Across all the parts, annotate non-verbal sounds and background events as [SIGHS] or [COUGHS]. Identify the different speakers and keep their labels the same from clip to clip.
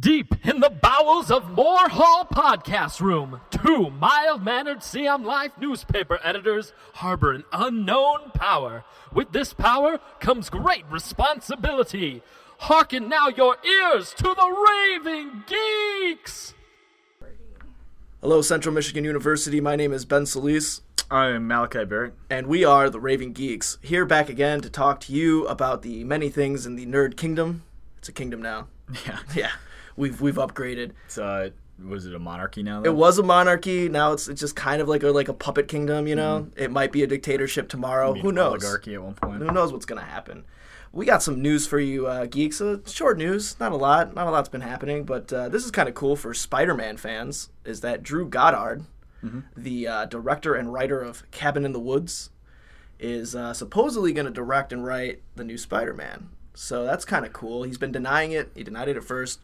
Speaker 1: Deep in the bowels of Moore Hall Podcast Room, two mild mannered Siam Life newspaper editors harbor an unknown power. With this power comes great responsibility. Hearken now your ears to the Raving Geeks!
Speaker 2: Hello, Central Michigan University. My name is Ben Solis,
Speaker 3: I'm Malachi Barrett.
Speaker 2: and we are the Raving Geeks. Here back again to talk to you about the many things in the nerd kingdom. It's a kingdom now.
Speaker 3: Yeah.
Speaker 2: [LAUGHS] Yeah, we've we've upgraded.
Speaker 3: It's, uh, was it a monarchy now?
Speaker 2: It was a monarchy. Now it's, it's just kind of like a like a puppet kingdom. You know, it might be a dictatorship tomorrow. Who knows?
Speaker 3: Mm-hmm. Oligarchy at one point.
Speaker 2: Who knows what's gonna happen? We got some news for you, uh, geeks. Uh, short news, not a lot. Not a lot's been happening, but uh, this is kind of cool for Spider-Man fans. Is that Drew Goddard, the uh, director and writer of Cabin in the Woods, is uh, supposedly going to direct and write the new Spider-Man. So that's kind of cool. He's been denying it. He denied it at first.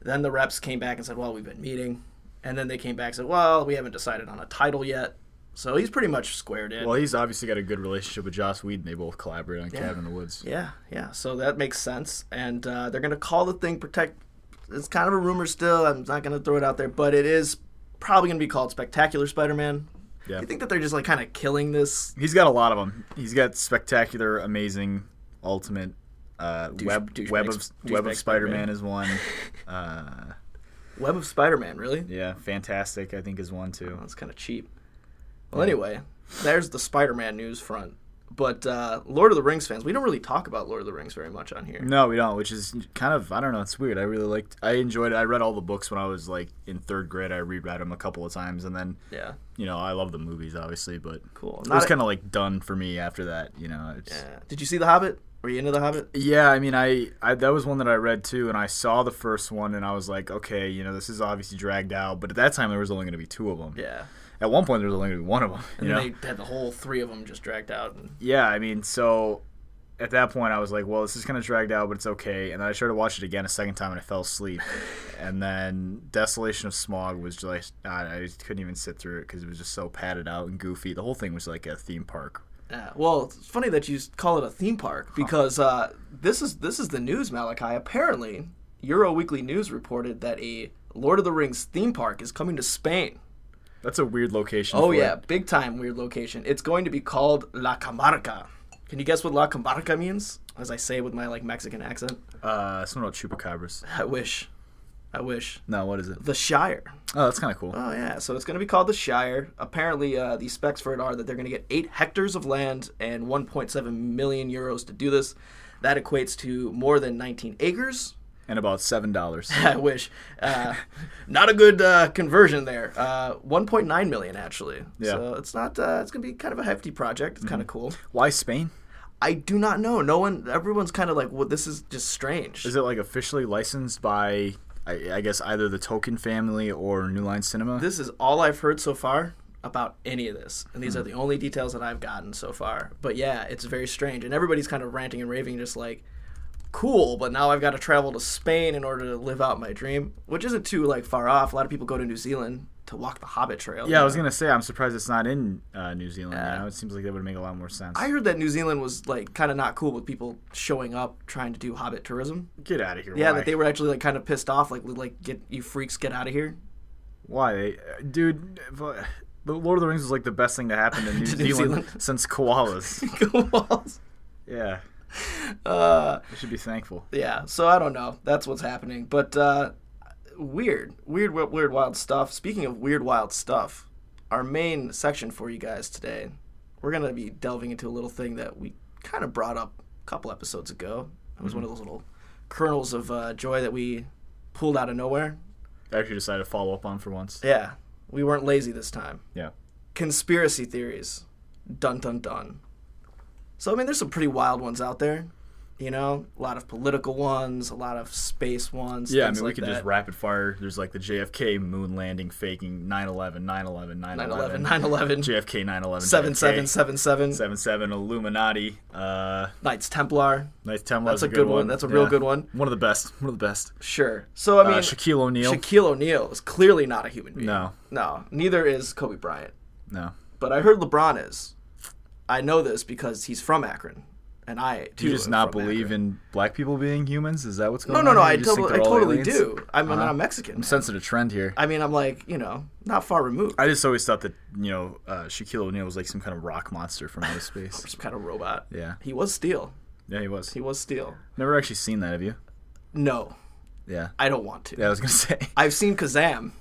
Speaker 2: Then the reps came back and said, "Well, we've been meeting," and then they came back and said, "Well, we haven't decided on a title yet." So he's pretty much squared in.
Speaker 3: Well, he's obviously got a good relationship with Joss Whedon. They both collaborate on Cabin in the Woods.
Speaker 2: Yeah, yeah. So that makes sense, and uh, they're gonna call the thing protect. It's kind of a rumor still. I'm not gonna throw it out there, but it is probably gonna be called Spectacular Spider-Man.
Speaker 3: Yeah.
Speaker 2: You think that they're just like kind of killing this
Speaker 3: He's got a lot of them. He's got spectacular, amazing, ultimate. Uh, web
Speaker 2: douchebag-
Speaker 3: web of
Speaker 2: douchebag
Speaker 3: web of
Speaker 2: Spider-Man.
Speaker 3: Spider-Man is one. [LAUGHS] uh,
Speaker 2: web of Spider-Man? Really?
Speaker 3: yeah, fantastic. I think is one too.
Speaker 2: That's kind of cheap. Well, anyway, there's the Spider-Man news front. But uh, Lord of the Rings fans, we don't really talk about Lord of the Rings very much on here.
Speaker 3: No, we don't. Which is kind of I don't know. It's weird. I really liked. I enjoyed. it. I read all the books when I was like in third grade. I reread them a couple of times, and then
Speaker 2: Yeah,
Speaker 3: you know I love the movies obviously, but
Speaker 2: cool.
Speaker 3: it was
Speaker 2: Not-
Speaker 3: kind of like done for me after that, you know. It's, yeah.
Speaker 2: Yeah. Did you see The Hobbit? Were you into The Hobbit?
Speaker 3: I mean, I, I that was one that I read too, and I saw the first one, and I was like, okay, you know, this is obviously dragged out, but at that time there was only going to be two of them.
Speaker 2: Yeah.
Speaker 3: At one point there was only going to be one of them.
Speaker 2: And
Speaker 3: you know?
Speaker 2: then they had the whole three of them just dragged out. And
Speaker 3: yeah, I mean, so at that point I was like, well, this is kind of dragged out, but it's okay. And then I tried to watch it again a second time, and I
Speaker 2: [LAUGHS]
Speaker 3: fell asleep. and then Desolation of Smog was just like, I, I just couldn't even sit through it because it was just so padded out and goofy. The whole thing was like a theme park.
Speaker 2: Yeah. Uh, Well, it's funny that you call it a theme park because uh, this is this is the news, Malachi. Apparently, Euro Weekly News reported that a Lord of the Rings theme park is coming to Spain.
Speaker 3: That's a weird location.
Speaker 2: Oh
Speaker 3: for
Speaker 2: yeah,
Speaker 3: it.
Speaker 2: big time weird location. It's going to be called La Camarca. Can you guess what La Camarca means? As I say with my like Mexican accent.
Speaker 3: Uh, something about chupacabras.
Speaker 2: I wish. I wish.
Speaker 3: No, what is it?
Speaker 2: The Shire.
Speaker 3: Oh, that's kind of cool.
Speaker 2: Oh yeah, so it's going to be called the Shire. Apparently, uh, the specs for it are that they're going to get eight hectares of land and 1.7 million euros to do this. That equates to more than 19 acres. [LAUGHS]
Speaker 3: And about seven dollars.
Speaker 2: I wish.
Speaker 3: [LAUGHS]
Speaker 2: Uh, not a good uh, conversion there. Uh, 1.9 million actually.
Speaker 3: Yeah. Mm-hmm.
Speaker 2: So it's not. Uh, it's going to be kind of a hefty project. It's kind of cool.
Speaker 3: Why Spain?
Speaker 2: I do not know. No one. Everyone's kind of like, well, this is just strange.
Speaker 3: Is it like officially licensed by, I, I guess, either the Token family or New Line Cinema?
Speaker 2: this is all I've heard so far about any of this, and
Speaker 3: Hmm.
Speaker 2: these are the only details that I've gotten so far. But yeah, it's very strange, and everybody's kind of ranting and raving, just like, cool. But now I've got to travel to Spain in order to live out my dream, which isn't too like far off. A lot of people go to New Zealand to walk the Hobbit Trail.
Speaker 3: yeah, I was gonna say I'm surprised it's not in uh, New Zealand.
Speaker 2: Yeah.
Speaker 3: now. It seems like that would make a lot more sense.
Speaker 2: I heard that New Zealand was like kind of not cool with people showing up trying to do Hobbit tourism.
Speaker 3: Get out of here.
Speaker 2: Yeah,
Speaker 3: why?
Speaker 2: that they were actually like kind of pissed off, like like get you freaks get out of here. [LAUGHS]
Speaker 3: Why, they, uh, dude? The Lord of the Rings was like the best thing to
Speaker 2: [LAUGHS]
Speaker 3: happen to New,
Speaker 2: New
Speaker 3: Zealand,
Speaker 2: Zealand. [LAUGHS]
Speaker 3: since koalas. yeah,
Speaker 2: uh,
Speaker 3: I should be thankful.
Speaker 2: yeah so i don't know that's what's happening but uh weird weird weird, weird wild stuff speaking of weird wild stuff our main section for you guys today we're gonna be delving into a little thing that we kind of brought up a couple episodes ago it was one of those little kernels of uh, joy that we pulled out of nowhere
Speaker 3: I actually decided to follow up on for once.
Speaker 2: yeah we weren't lazy this time
Speaker 3: Yeah.
Speaker 2: conspiracy theories. Dun dun dun. So I mean, there's some pretty wild ones out there. You know, a lot of political ones, a lot of space ones.
Speaker 3: Yeah, I
Speaker 2: things
Speaker 3: mean, we
Speaker 2: like
Speaker 3: could
Speaker 2: that.
Speaker 3: just rapid fire. There's like the JFK moon landing faking 9/11, 9/11,
Speaker 2: 9/11,
Speaker 3: 9/11, [LAUGHS]
Speaker 2: 9/11,
Speaker 3: JFK 9/11,
Speaker 2: 7777,
Speaker 3: 77 Illuminati. Uh,
Speaker 2: Knights Templar.
Speaker 3: nice Temla.
Speaker 2: That's
Speaker 3: is
Speaker 2: a good one. That's a real good one.
Speaker 3: One of the best. One of the best.
Speaker 2: Sure. So I mean,
Speaker 3: uh, Shaquille O'Neal.
Speaker 2: Shaquille O'Neal is clearly not a human being.
Speaker 3: No.
Speaker 2: no, neither is Kobe Bryant.
Speaker 3: no.
Speaker 2: But I heard LeBron is. I know this because he's from Akron, and I
Speaker 3: Do
Speaker 2: too
Speaker 3: you just not
Speaker 2: am from
Speaker 3: believe
Speaker 2: Akron.
Speaker 3: in black people being humans? Is that what's going
Speaker 2: No,
Speaker 3: on?
Speaker 2: no, no.
Speaker 3: here?
Speaker 2: I,
Speaker 3: You just
Speaker 2: totally,
Speaker 3: think
Speaker 2: I
Speaker 3: they're all
Speaker 2: totally
Speaker 3: aliens?
Speaker 2: do. I'm, I'm
Speaker 3: Uh-huh.
Speaker 2: not Mexican.
Speaker 3: I'm sensing a trend here.
Speaker 2: I mean, I'm like you know, not far removed.
Speaker 3: I just always thought that you know uh, Shaquille O'Neal was like some kind of rock monster
Speaker 2: [LAUGHS]
Speaker 3: from outer space.
Speaker 2: Some kind of robot.
Speaker 3: Yeah.
Speaker 2: He was steel.
Speaker 3: yeah, he was.
Speaker 2: He was steel.
Speaker 3: Never actually seen that, have you?
Speaker 2: No,
Speaker 3: Yeah.
Speaker 2: I don't want to.
Speaker 3: Yeah, I was gonna [LAUGHS] say.
Speaker 2: I've seen Kazam.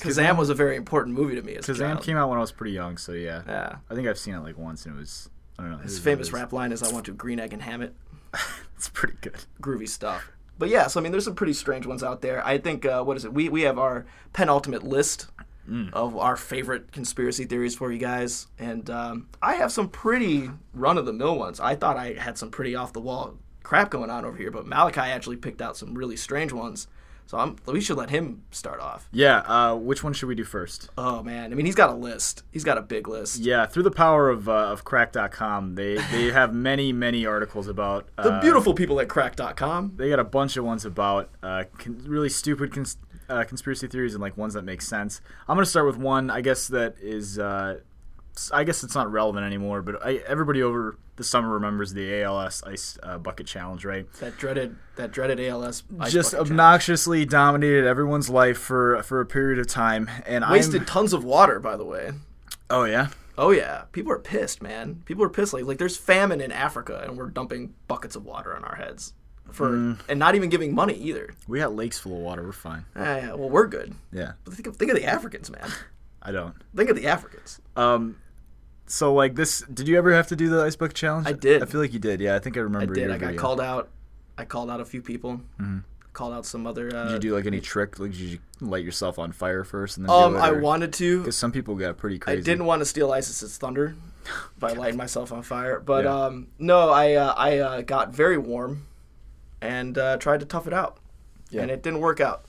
Speaker 2: Kazam, was a very important movie to me as a
Speaker 3: Kazam
Speaker 2: child.
Speaker 3: came out when I was pretty young, so yeah.
Speaker 2: yeah.
Speaker 3: I think I've seen it like once, and it was I don't know.
Speaker 2: His famous rap line is "I want to green egg and ham it."
Speaker 3: [LAUGHS] It's pretty good.
Speaker 2: Groovy stuff. But yeah, so I mean, there's some pretty strange ones out there. I think uh, what is it? We we have our penultimate list
Speaker 3: Mm.
Speaker 2: of our favorite conspiracy theories for you guys, and um, I have some pretty run of the mill ones. I thought I had some pretty off the wall crap going on over here, but Malachi actually picked out some really strange ones. So I'm, we should let him start off.
Speaker 3: Yeah. Uh, which one should we do first?
Speaker 2: Oh man, I mean, he's got a list. He's got a big list.
Speaker 3: Yeah, through the power of uh, of Crack.com,
Speaker 2: [LAUGHS]
Speaker 3: they they have many many articles about uh,
Speaker 2: The beautiful people at Crack.com.
Speaker 3: They got a bunch of ones about uh, con- really stupid cons- uh, conspiracy theories and like ones that make sense. I'm gonna start with one. I guess that is. Uh, s- I guess it's not relevant anymore, but I, everybody over the summer remembers the ALS ice uh, bucket challenge, right?
Speaker 2: That dreaded that dreaded ALS. ice
Speaker 3: Just
Speaker 2: bucket challenge.
Speaker 3: obnoxiously dominated everyone's life for for a period of time, and
Speaker 2: Wasted
Speaker 3: I'm,
Speaker 2: tons of water, by the way.
Speaker 3: oh yeah,
Speaker 2: Oh yeah, people are pissed, man. People are pissed. Like, like there's famine in Africa, and we're dumping buckets of water on our heads for,
Speaker 3: Mm.
Speaker 2: and not even giving money either.
Speaker 3: we got lakes full of water. We're fine.
Speaker 2: Ah, yeah, well, we're good.
Speaker 3: Yeah,
Speaker 2: But think of think of the Africans, man.
Speaker 3: I don't.
Speaker 2: Think of the Africans.
Speaker 3: Um, so like this, did you ever have to do the ice bucket challenge?
Speaker 2: I did.
Speaker 3: I feel like you did. Yeah, I think I
Speaker 2: I
Speaker 3: remember.
Speaker 2: did.
Speaker 3: your
Speaker 2: I got
Speaker 3: video.
Speaker 2: called out. I called out a few people. Called out some other. Uh,
Speaker 3: Did you do like any trick? Like, did you light yourself on fire first? And then
Speaker 2: um,
Speaker 3: do it,
Speaker 2: I
Speaker 3: or-
Speaker 2: wanted to.
Speaker 3: 'cause some people got pretty
Speaker 2: I
Speaker 3: crazy.
Speaker 2: didn't want to steal ISIS's thunder by lighting myself on fire, but
Speaker 3: Yeah.
Speaker 2: um, no, I uh, I uh, got very warm and uh, tried to tough it out,
Speaker 3: Yeah.
Speaker 2: and it didn't work out.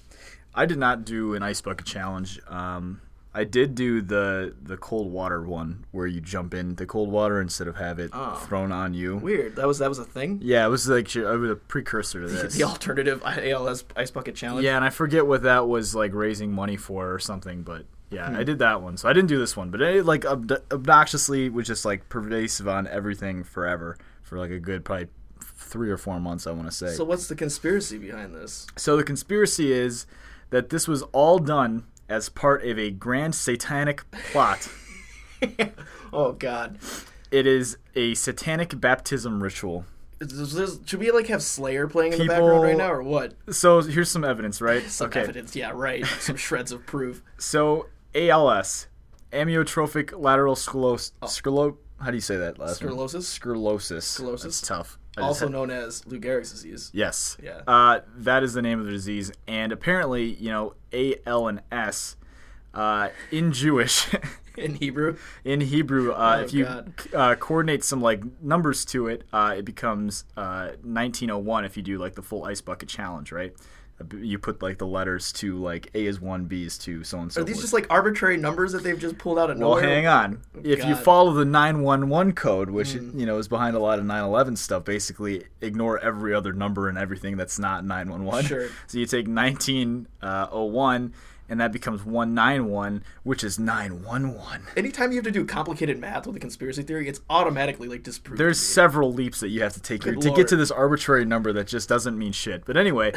Speaker 3: I did not do an ice bucket challenge. Um, I did do the the cold water one where you jump in the cold water instead of have it
Speaker 2: Oh.
Speaker 3: thrown on you.
Speaker 2: Weird. That was that was a thing.
Speaker 3: Yeah, it was like it was a precursor to
Speaker 2: [LAUGHS]
Speaker 3: this.
Speaker 2: the alternative ALS ice bucket challenge.
Speaker 3: Yeah, and I forget what that was like raising money for or something, but yeah,
Speaker 2: Hmm.
Speaker 3: I did that one. So I didn't do this one, but it like obd- obnoxiously was just like pervasive on everything forever for like a good probably three or four months. I want to say.
Speaker 2: So what's the conspiracy behind this?
Speaker 3: So the conspiracy is that this was all done as part of a grand satanic
Speaker 2: [LAUGHS]
Speaker 3: plot.
Speaker 2: Oh God,
Speaker 3: it is a satanic baptism ritual.
Speaker 2: Is this- this- should we like have Slayer playing in the
Speaker 3: People-
Speaker 2: background right now or what?
Speaker 3: So here's some evidence, right?
Speaker 2: Some evidence, yeah, right. Some shreds of
Speaker 3: [LAUGHS]
Speaker 2: proof.
Speaker 3: So ALS, amyotrophic lateral sclerosis.
Speaker 2: Oh.
Speaker 3: Sclero- how do you say that last name?
Speaker 2: Sclerosis,
Speaker 3: Sclerosis.
Speaker 2: Sclerosis.
Speaker 3: That's tough. I just
Speaker 2: [LAUGHS] also
Speaker 3: had-
Speaker 2: known as Lou Gehrig's disease.
Speaker 3: Yes.
Speaker 2: Yeah.
Speaker 3: Uh, that is the name of the disease, and apparently, you know, A, L, and S, uh, in Jewish. [LAUGHS]
Speaker 2: In Hebrew,
Speaker 3: in Hebrew, uh,
Speaker 2: Oh,
Speaker 3: if you
Speaker 2: God.
Speaker 3: c- uh, coordinate some like numbers to it, uh, it becomes uh, 1901. If you do like the full ice bucket challenge, right? Uh, b- You put like the letters to like A is one, B is two, so on and so
Speaker 2: are these
Speaker 3: forth.
Speaker 2: just like arbitrary numbers that they've just pulled out of
Speaker 3: well,
Speaker 2: nowhere?
Speaker 3: hang on. If you
Speaker 2: God.
Speaker 3: follow the 911 code, which you know is behind a lot of 911 stuff, basically ignore every other number and everything that's not 911.
Speaker 2: Sure.
Speaker 3: [LAUGHS] So you take 1901, and that becomes 191, which is 911.
Speaker 2: Anytime you have to do complicated math with a conspiracy theory, it's automatically like disproved.
Speaker 3: There's several leaps that you have to take here to
Speaker 2: lord.
Speaker 3: get to this arbitrary number that just doesn't mean shit. But anyway,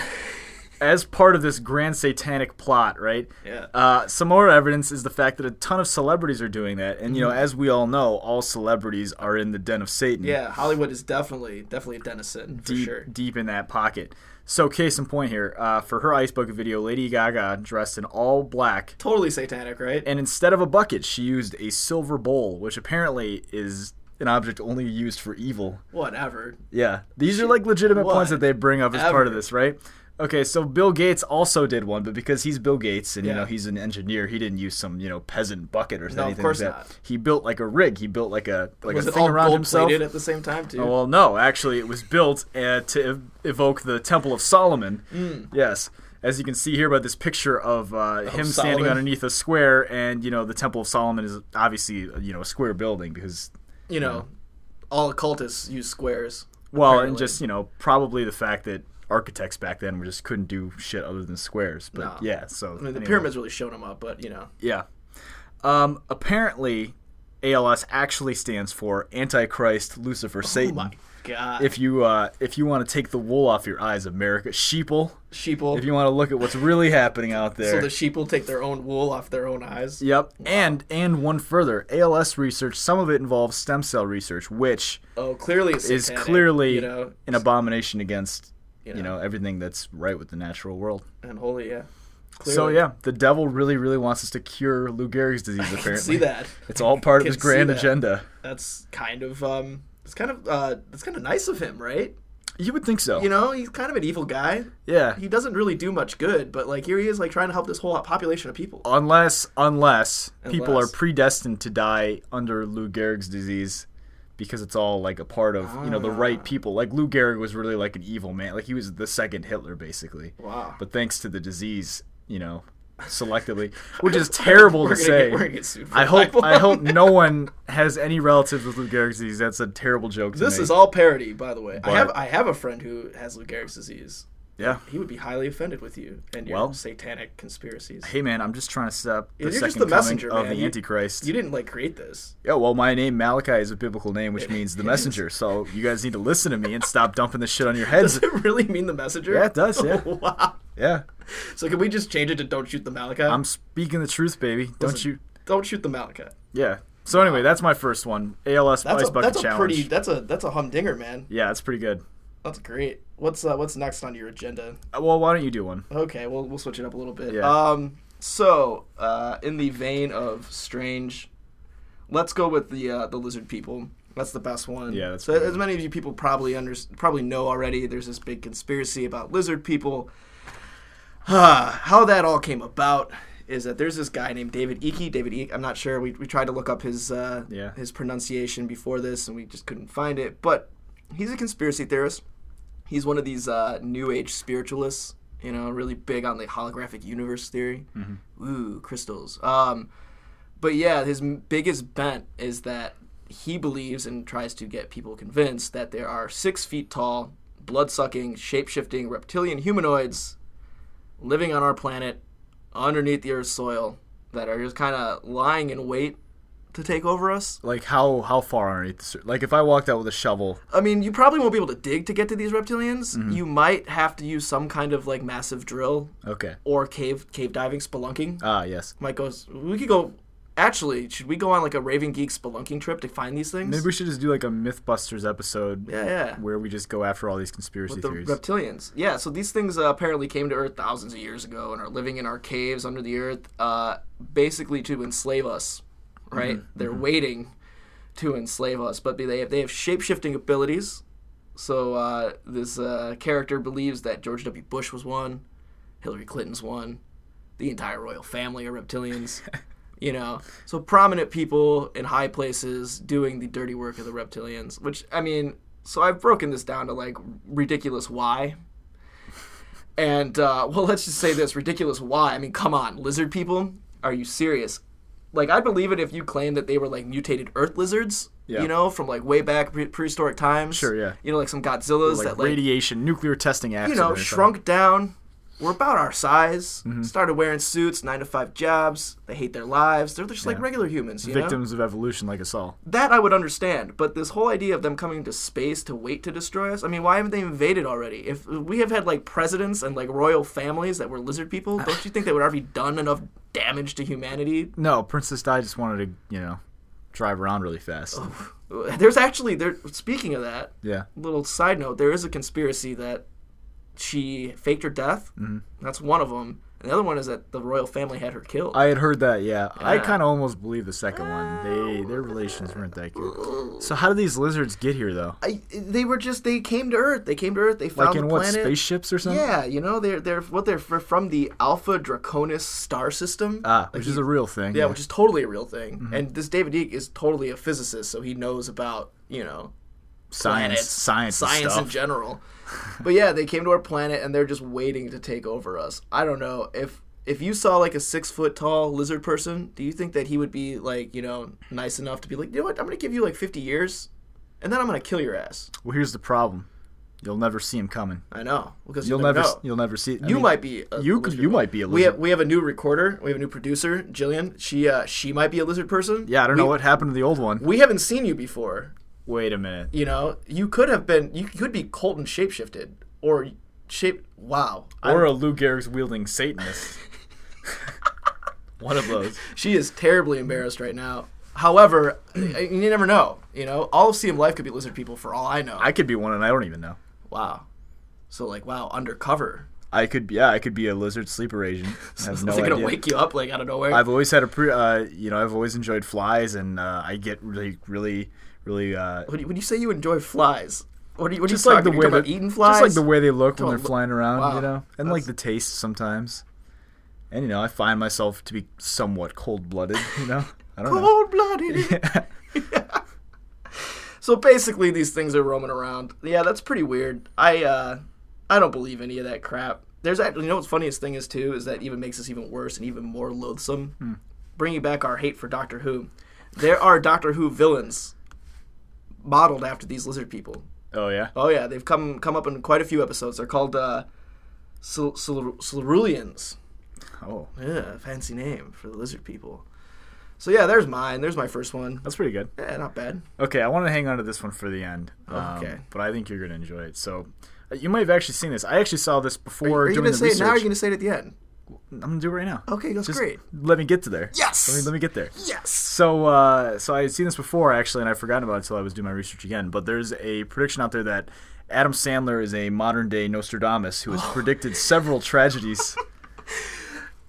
Speaker 3: as part of this grand satanic plot, right?
Speaker 2: Yeah.
Speaker 3: Uh, some more evidence is the fact that a ton of celebrities are doing that, and
Speaker 2: Mm-hmm.
Speaker 3: you know, as we all know, all celebrities are in the den of Satan.
Speaker 2: yeah, Hollywood is definitely definitely a denizen for
Speaker 3: Deep,
Speaker 2: sure.
Speaker 3: deep in that pocket. So, case in point here, uh, for her ice bucket video, Lady Gaga dressed in all black
Speaker 2: Totally satanic, right?
Speaker 3: and instead of a bucket, she used a silver bowl, which apparently is an object only used for evil.
Speaker 2: Whatever.
Speaker 3: Yeah, these are like legitimate points
Speaker 2: What?
Speaker 3: that they bring up as part
Speaker 2: Ever.
Speaker 3: of this, right? Okay, so Bill Gates also did one, but because he's Bill Gates and you
Speaker 2: Yeah.
Speaker 3: know he's an engineer, he didn't use some you know peasant bucket or
Speaker 2: of
Speaker 3: anything
Speaker 2: course
Speaker 3: like that.
Speaker 2: not.
Speaker 3: He built like a rig. He built like a like
Speaker 2: was
Speaker 3: a
Speaker 2: it
Speaker 3: thing
Speaker 2: all
Speaker 3: around
Speaker 2: gold
Speaker 3: himself. Oh,
Speaker 2: plated at the same time too?
Speaker 3: Well, no, actually, it was built uh, to ev- evoke the Temple of Solomon.
Speaker 2: Mm.
Speaker 3: Yes, as you can see here by this picture of uh, him standing
Speaker 2: Solomon.
Speaker 3: underneath a square, and you know the Temple of Solomon is obviously you know a square building because
Speaker 2: you know, all occultists use squares.
Speaker 3: well, and
Speaker 2: apparently.
Speaker 3: just you know probably the fact that architects back then were just couldn't do shit other than squares. But
Speaker 2: No.
Speaker 3: yeah, so
Speaker 2: I mean, the
Speaker 3: anyway.
Speaker 2: pyramids really showed them up, but you know,
Speaker 3: Yeah. Um, Oh apparently, ALS actually stands for Antichrist Lucifer Satan.
Speaker 2: my God.
Speaker 3: If you uh, if you want to take the wool off your eyes, America, sheeple.
Speaker 2: sheeple.
Speaker 3: If you want to look at what's really happening out
Speaker 2: so
Speaker 3: there.
Speaker 2: the sheeple take their own wool off their own eyes.
Speaker 3: yep. And and one further, ALS research. Some of it involves stem cell research, which
Speaker 2: Oh, clearly it's
Speaker 3: is
Speaker 2: satanic,
Speaker 3: clearly
Speaker 2: you know
Speaker 3: an abomination against you know,
Speaker 2: know.
Speaker 3: everything that's right with the natural world.
Speaker 2: and holy yeah. [LAUGHS]
Speaker 3: So
Speaker 2: Clearly.
Speaker 3: yeah, the devil really really wants us to cure Lou Gehrig's
Speaker 2: [LAUGHS]
Speaker 3: disease. Apparently,
Speaker 2: see that.
Speaker 3: it's all part of
Speaker 2: Can
Speaker 3: his grand
Speaker 2: see that.
Speaker 3: agenda.
Speaker 2: That's kind of um. It's kind of uh. It's kind of nice of him, right?
Speaker 3: You would think so.
Speaker 2: You know, he's kind of an evil guy.
Speaker 3: yeah.
Speaker 2: He doesn't really do much good, but like here he is, like trying to help this whole population of people.
Speaker 3: unless unless people are
Speaker 2: Unless.
Speaker 3: predestined to die under Lou Gehrig's disease because it's all like a part of you know the
Speaker 2: Ah.
Speaker 3: right people like Lou Gehrig was really like an evil man like he was the second Hitler basically
Speaker 2: Wow.
Speaker 3: but thanks to the disease you know
Speaker 2: [LAUGHS]
Speaker 3: selectively which is terrible
Speaker 2: We're
Speaker 3: to
Speaker 2: gonna
Speaker 3: say
Speaker 2: Get, we're gonna get sued. For
Speaker 3: I
Speaker 2: that [LAUGHS]
Speaker 3: hope
Speaker 2: one.
Speaker 3: I hope no one has any relatives with Lou Gehrig's disease that's a terrible joke to
Speaker 2: This
Speaker 3: make.
Speaker 2: is all parody, by the way. I
Speaker 3: But-
Speaker 2: have I have a friend who has Lou Gehrig's disease.
Speaker 3: yeah
Speaker 2: He would be highly offended with you and your
Speaker 3: Well-
Speaker 2: satanic conspiracies.
Speaker 3: hey man I'm just trying to set up the
Speaker 2: You're just
Speaker 3: second
Speaker 2: the
Speaker 3: coming
Speaker 2: messenger,
Speaker 3: of
Speaker 2: man.
Speaker 3: the
Speaker 2: You-
Speaker 3: Antichrist
Speaker 2: You didn't like create
Speaker 3: [LAUGHS]
Speaker 2: this.
Speaker 3: Yeah, well, my name Malachi is a biblical name, which means
Speaker 2: [LAUGHS]
Speaker 3: the messenger. So you guys need to listen to me and stop dumping this shit on your
Speaker 2: Does [LAUGHS]
Speaker 3: heads.
Speaker 2: it really mean the messenger?
Speaker 3: Yeah, it does. Yeah,
Speaker 2: [LAUGHS] wow.
Speaker 3: yeah.
Speaker 2: So can we just change it to "Don't shoot the Malachi"?
Speaker 3: I'm speaking the truth, baby. Don't
Speaker 2: Listen.
Speaker 3: you?
Speaker 2: Don't shoot the Malachi.
Speaker 3: Yeah. So anyway, that's my first one. ALS
Speaker 2: That's
Speaker 3: Spice
Speaker 2: a
Speaker 3: Bucket
Speaker 2: that's a
Speaker 3: Challenge.
Speaker 2: pretty that's a that's a humdinger, man.
Speaker 3: Yeah, that's pretty good.
Speaker 2: That's great. What's uh, what's next on your agenda?
Speaker 3: Uh, Well, why don't you do one?
Speaker 2: Okay, we'll we'll switch it up a little bit.
Speaker 3: Yeah.
Speaker 2: Um, so uh, in the vein of strange, let's go with the uh, the lizard people. That's the best one.
Speaker 3: Yeah, that's
Speaker 2: so
Speaker 3: pretty
Speaker 2: as many of you people probably under probably know already. There's this big conspiracy about lizard people. Ah, [SIGHS] how that all came about is that there's this guy named David Icke. David Icke. I'm not sure. We, we tried to look up his uh,
Speaker 3: Yeah.
Speaker 2: his pronunciation before this, and we just couldn't find it. But he's a conspiracy theorist. He's one of these uh, new age spiritualists. You know, really big on the holographic universe theory. Ooh, crystals. Um, but yeah, his m- biggest bent is that he believes and tries to get people convinced that there are six feet tall, blood sucking, shape shifting reptilian humanoids living on our planet underneath the Earth's soil that are just kind of lying in wait to take over us.
Speaker 3: Like how how far underneath the sur- like if I walked out with a shovel,
Speaker 2: I mean, you probably won't be able to dig to get to these reptilians.
Speaker 3: Mm-hmm.
Speaker 2: You might have to use some kind of like massive drill
Speaker 3: okay.
Speaker 2: or cave cave diving spelunking.
Speaker 3: Ah, yes.
Speaker 2: Mike goes, we could go. Actually, should we go on like a Raven Geek spelunking trip to find these things?
Speaker 3: Maybe we should just do like a MythBusters episode
Speaker 2: yeah, yeah.
Speaker 3: where we just go after all these conspiracy
Speaker 2: the
Speaker 3: theories.
Speaker 2: reptilians. Yeah, so these things uh, apparently came to Earth thousands of years ago and are living in our caves under the earth, uh, basically to enslave us. Right?
Speaker 3: Mm-hmm,
Speaker 2: They're waiting to enslave us, but they have, they have shape shifting abilities. So uh, this uh, character believes that George W. Bush was one, Hillary Clinton's one, the entire royal family are
Speaker 3: [LAUGHS]
Speaker 2: reptilians. you know, so prominent people in high places doing the dirty work of the reptilians. Which I mean, so I've broken this down to like ridiculous why. And uh, [LAUGHS] well, let's just say this ridiculous why. I mean, come on, lizard people, are you serious? Like, I believe it if you claim that they were like mutated Earth lizards.
Speaker 3: Yeah.
Speaker 2: You know, from like way back pre- prehistoric times.
Speaker 3: Sure, yeah.
Speaker 2: You know, like some Godzillas
Speaker 3: like
Speaker 2: that like
Speaker 3: radiation, nuclear testing
Speaker 2: you
Speaker 3: accident.
Speaker 2: know,
Speaker 3: or something. Mm-hmm.
Speaker 2: shrunk down. We're about our size. Started wearing suits, nine to five jobs. They hate their lives. They're just like regular humans. You know?
Speaker 3: victims of evolution like us all.
Speaker 2: That I would understand, but this whole idea of them coming to space to wait to destroy us, I mean, why haven't they invaded already? If we have had like presidents and like royal families that were lizard people, don't you think they would already done enough damage to humanity?
Speaker 3: No, Princess Di just wanted to, you know, drive around really fast.
Speaker 2: Oh. There's actually there speaking of that,
Speaker 3: Yeah.
Speaker 2: little side note, there is a conspiracy that she faked her death. Mm-hmm. That's one of them. And the other one is that the royal family had her killed.
Speaker 3: I had heard that, yeah. I kind of almost believe the second one. They their relations weren't that good. So how did these lizards get here though?
Speaker 2: I, they were just they came to Earth. They came to Earth. They found
Speaker 3: Like in
Speaker 2: the
Speaker 3: what
Speaker 2: planet.
Speaker 3: spaceships or something?
Speaker 2: Yeah, you know they're they're what they're fr- from the Alpha Draconis star system.
Speaker 3: Ah, Mm-hmm. which is a real thing.
Speaker 2: yeah, which is totally a real thing. And this David Icke is totally a physicist, so he knows about you know
Speaker 3: science,
Speaker 2: planets,
Speaker 3: science,
Speaker 2: science
Speaker 3: science
Speaker 2: in
Speaker 3: [LAUGHS]
Speaker 2: general. but yeah, they came to our planet and they're just waiting to take over us. I don't know if if you saw like a six foot tall lizard person, do you think that he would be like you know nice enough to be like you know what I'm gonna give you like 50 years, and then I'm gonna kill your ass.
Speaker 3: Well, here's the problem. You'll never see him coming.
Speaker 2: I know because
Speaker 3: You'll
Speaker 2: you never,
Speaker 3: never,
Speaker 2: know.
Speaker 3: you'll never see. I
Speaker 2: you
Speaker 3: mean,
Speaker 2: might be a,
Speaker 3: you
Speaker 2: a
Speaker 3: could
Speaker 2: lizard
Speaker 3: you
Speaker 2: person.
Speaker 3: might be a lizard.
Speaker 2: We have, we have a new recorder. We have a new producer, Jillian. She uh, she might be a lizard person.
Speaker 3: yeah, I don't
Speaker 2: we,
Speaker 3: know what happened to the old one.
Speaker 2: We haven't seen you before.
Speaker 3: Wait a minute.
Speaker 2: You know, you could have been, you could be Colton shapeshifted or shape. Wow,
Speaker 3: Or a Lou Gehrig's wielding [LAUGHS] Satanist. One of those.
Speaker 2: she is terribly embarrassed right now. However, [CLEARS THROAT] you never know. You know, all of CM Life could be lizard people for all I know.
Speaker 3: I could be one, and I don't even know.
Speaker 2: wow. So like, wow, undercover.
Speaker 3: I could, yeah, I could be a lizard sleeper agent. I [LAUGHS] have no
Speaker 2: Is it gonna
Speaker 3: idea.
Speaker 2: wake you up like out of nowhere?
Speaker 3: I've always had a pre, uh, you know, I've always enjoyed flies, and uh, I get really, really, really. Uh,
Speaker 2: When you, when you say you enjoy flies, what are you, what
Speaker 3: just
Speaker 2: are you
Speaker 3: like the
Speaker 2: talking? You're
Speaker 3: way
Speaker 2: talking
Speaker 3: that,
Speaker 2: about eating flies?
Speaker 3: just like the way they look when
Speaker 2: Don't
Speaker 3: they're
Speaker 2: look-
Speaker 3: flying around,
Speaker 2: wow,
Speaker 3: you know, and like
Speaker 2: that's-
Speaker 3: the taste sometimes. And you know, I find myself to be somewhat cold-blooded. You know, I don't [LAUGHS] know.
Speaker 2: cold blooded.
Speaker 3: [LAUGHS]
Speaker 2: so basically, these things are roaming around. Yeah, that's pretty weird. I uh, I don't believe any of that crap. There's actually, you know, what's funniest thing is too is that even makes this even worse and even more loathsome.
Speaker 3: Hmm.
Speaker 2: Bringing back our hate for Doctor Who, there are Doctor Who villains modeled after these lizard people.
Speaker 3: Oh yeah,
Speaker 2: Oh yeah, they've come come up in quite a few episodes. They're called uh, Sil- Sil- Silurians.
Speaker 3: oh,
Speaker 2: Yeah, fancy name for the lizard people. So yeah, there's mine. There's my first one.
Speaker 3: that's pretty good.
Speaker 2: Yeah, not bad.
Speaker 3: Okay, I want to hang on to this one for the end. Um,
Speaker 2: Okay.
Speaker 3: but I think you're gonna enjoy it. So, uh, you might have actually seen this. I actually saw this before
Speaker 2: Are you
Speaker 3: doing
Speaker 2: gonna
Speaker 3: the
Speaker 2: say
Speaker 3: research.
Speaker 2: it now? Or are you gonna say it at the end?
Speaker 3: I'm gonna do it right now.
Speaker 2: Okay, that's
Speaker 3: Just
Speaker 2: great.
Speaker 3: Let me get to there.
Speaker 2: Yes!
Speaker 3: Let me, let me get there.
Speaker 2: Yes.
Speaker 3: So, uh, so I had seen this before actually, and I forgot about it until I was doing my research again. But there's a prediction out there that Adam Sandler is a modern day
Speaker 2: [GASPS]
Speaker 3: Nostradamus who has predicted several tragedies.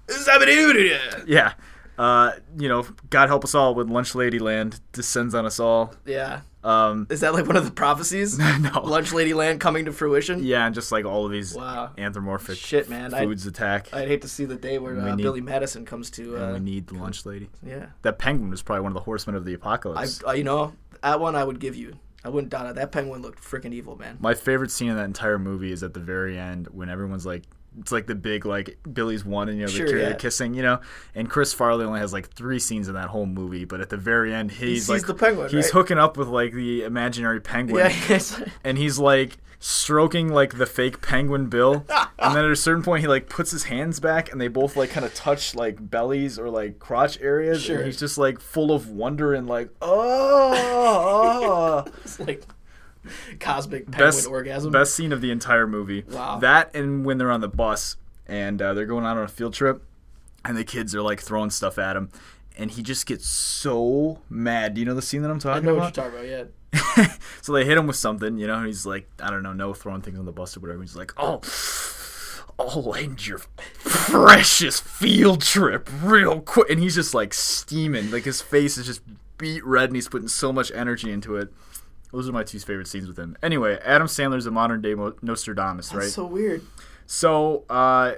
Speaker 3: [LAUGHS] Yeah, uh, you know, God help us all when Lunch Lady Land descends on us all. [LAUGHS]
Speaker 2: Yeah.
Speaker 3: Um,
Speaker 2: Is that like one of the prophecies?
Speaker 3: [LAUGHS] no.
Speaker 2: Lunch Lady Land coming to fruition.
Speaker 3: yeah, and just like all of these
Speaker 2: Wow.
Speaker 3: anthropomorphic
Speaker 2: Shit, man. I'd,
Speaker 3: foods attack.
Speaker 2: I'd hate to see the day where uh,
Speaker 3: need-
Speaker 2: Billy Madison comes to.
Speaker 3: and
Speaker 2: Uh,
Speaker 3: we need the Lunch Lady.
Speaker 2: yeah.
Speaker 3: That penguin is probably one of the horsemen of the
Speaker 2: I,
Speaker 3: apocalypse.
Speaker 2: uh, you know, that one I would give you. I wouldn't doubt it. That penguin looked freaking evil, man.
Speaker 3: My favorite scene in that entire movie is at the very end when everyone's like, it's like the big like Billy's one and you know
Speaker 2: Sure,
Speaker 3: the,
Speaker 2: yeah.
Speaker 3: the kissing, you know. And Chris Farley only has like three scenes in that whole movie, but at the very end, he's
Speaker 2: sees
Speaker 3: like
Speaker 2: the penguin,
Speaker 3: He's
Speaker 2: right?
Speaker 3: hooking up with like the imaginary penguin,
Speaker 2: [LAUGHS] Yeah. yes.
Speaker 3: and he's like stroking like the fake penguin bill and then at a certain point he like puts his hands back and they both like kind of touch like bellies or like crotch areas
Speaker 2: Sure.
Speaker 3: and he's just like full of wonder and like "Ah, oh, oh.
Speaker 2: it's like cosmic [LAUGHS] penguin
Speaker 3: best
Speaker 2: orgasm.
Speaker 3: best scene of the entire movie
Speaker 2: Wow.
Speaker 3: that and when they're on the bus and uh, they're going out on a field trip and the kids are like throwing stuff at him and he just gets so mad do you know the scene that i'm
Speaker 2: I
Speaker 3: talking
Speaker 2: know what
Speaker 3: about
Speaker 2: you're talking about. Yeah.
Speaker 3: so they hit him with something, you know, and he's like, I don't know, no throwing things on the bus or whatever. He's like, oh, I'll end your precious field trip real quick. And he's just like steaming. Like his face is just beat red and he's putting so much energy into it. Those are my two favorite scenes with him. Anyway, Adam Sandler's a modern day Mo- Nostradamus, right?
Speaker 2: So weird.
Speaker 3: So uh,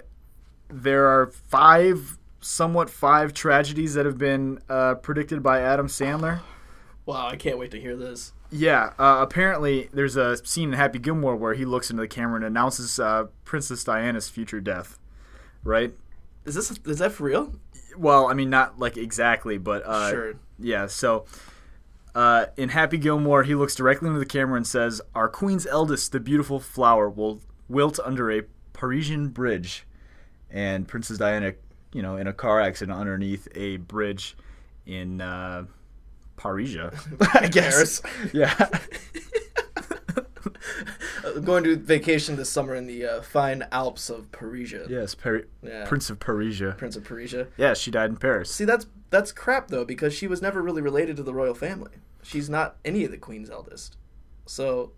Speaker 3: there are five, somewhat five tragedies that have been uh, predicted by Adam Sandler.
Speaker 2: Wow, I can't wait to hear this.
Speaker 3: Yeah, uh, apparently there's a scene in Happy Gilmore where he looks into the camera and announces uh, Princess Diana's future death, right?
Speaker 2: Is this is that for real?
Speaker 3: Well, I mean, not like exactly, but uh,
Speaker 2: [LAUGHS] Sure.
Speaker 3: Yeah, so uh, in Happy Gilmore, he looks directly into the camera and says, "Our queen's eldest, the beautiful flower, will wilt under a Parisian bridge," and Princess Diana, you know, in a car accident underneath a bridge in uh, Parisia,
Speaker 2: [LAUGHS]
Speaker 3: I guess. Yeah. [LAUGHS]
Speaker 2: I'm Uh, going to vacation this summer in the uh, fine Alps of Parisia.
Speaker 3: Yes, Pari-
Speaker 2: Yeah.
Speaker 3: Prince of Parisia.
Speaker 2: Prince of Parisia.
Speaker 3: Yeah, she died in Paris.
Speaker 2: See, that's that's crap though, because she was never really related to the royal family. She's not any of the queen's eldest. So,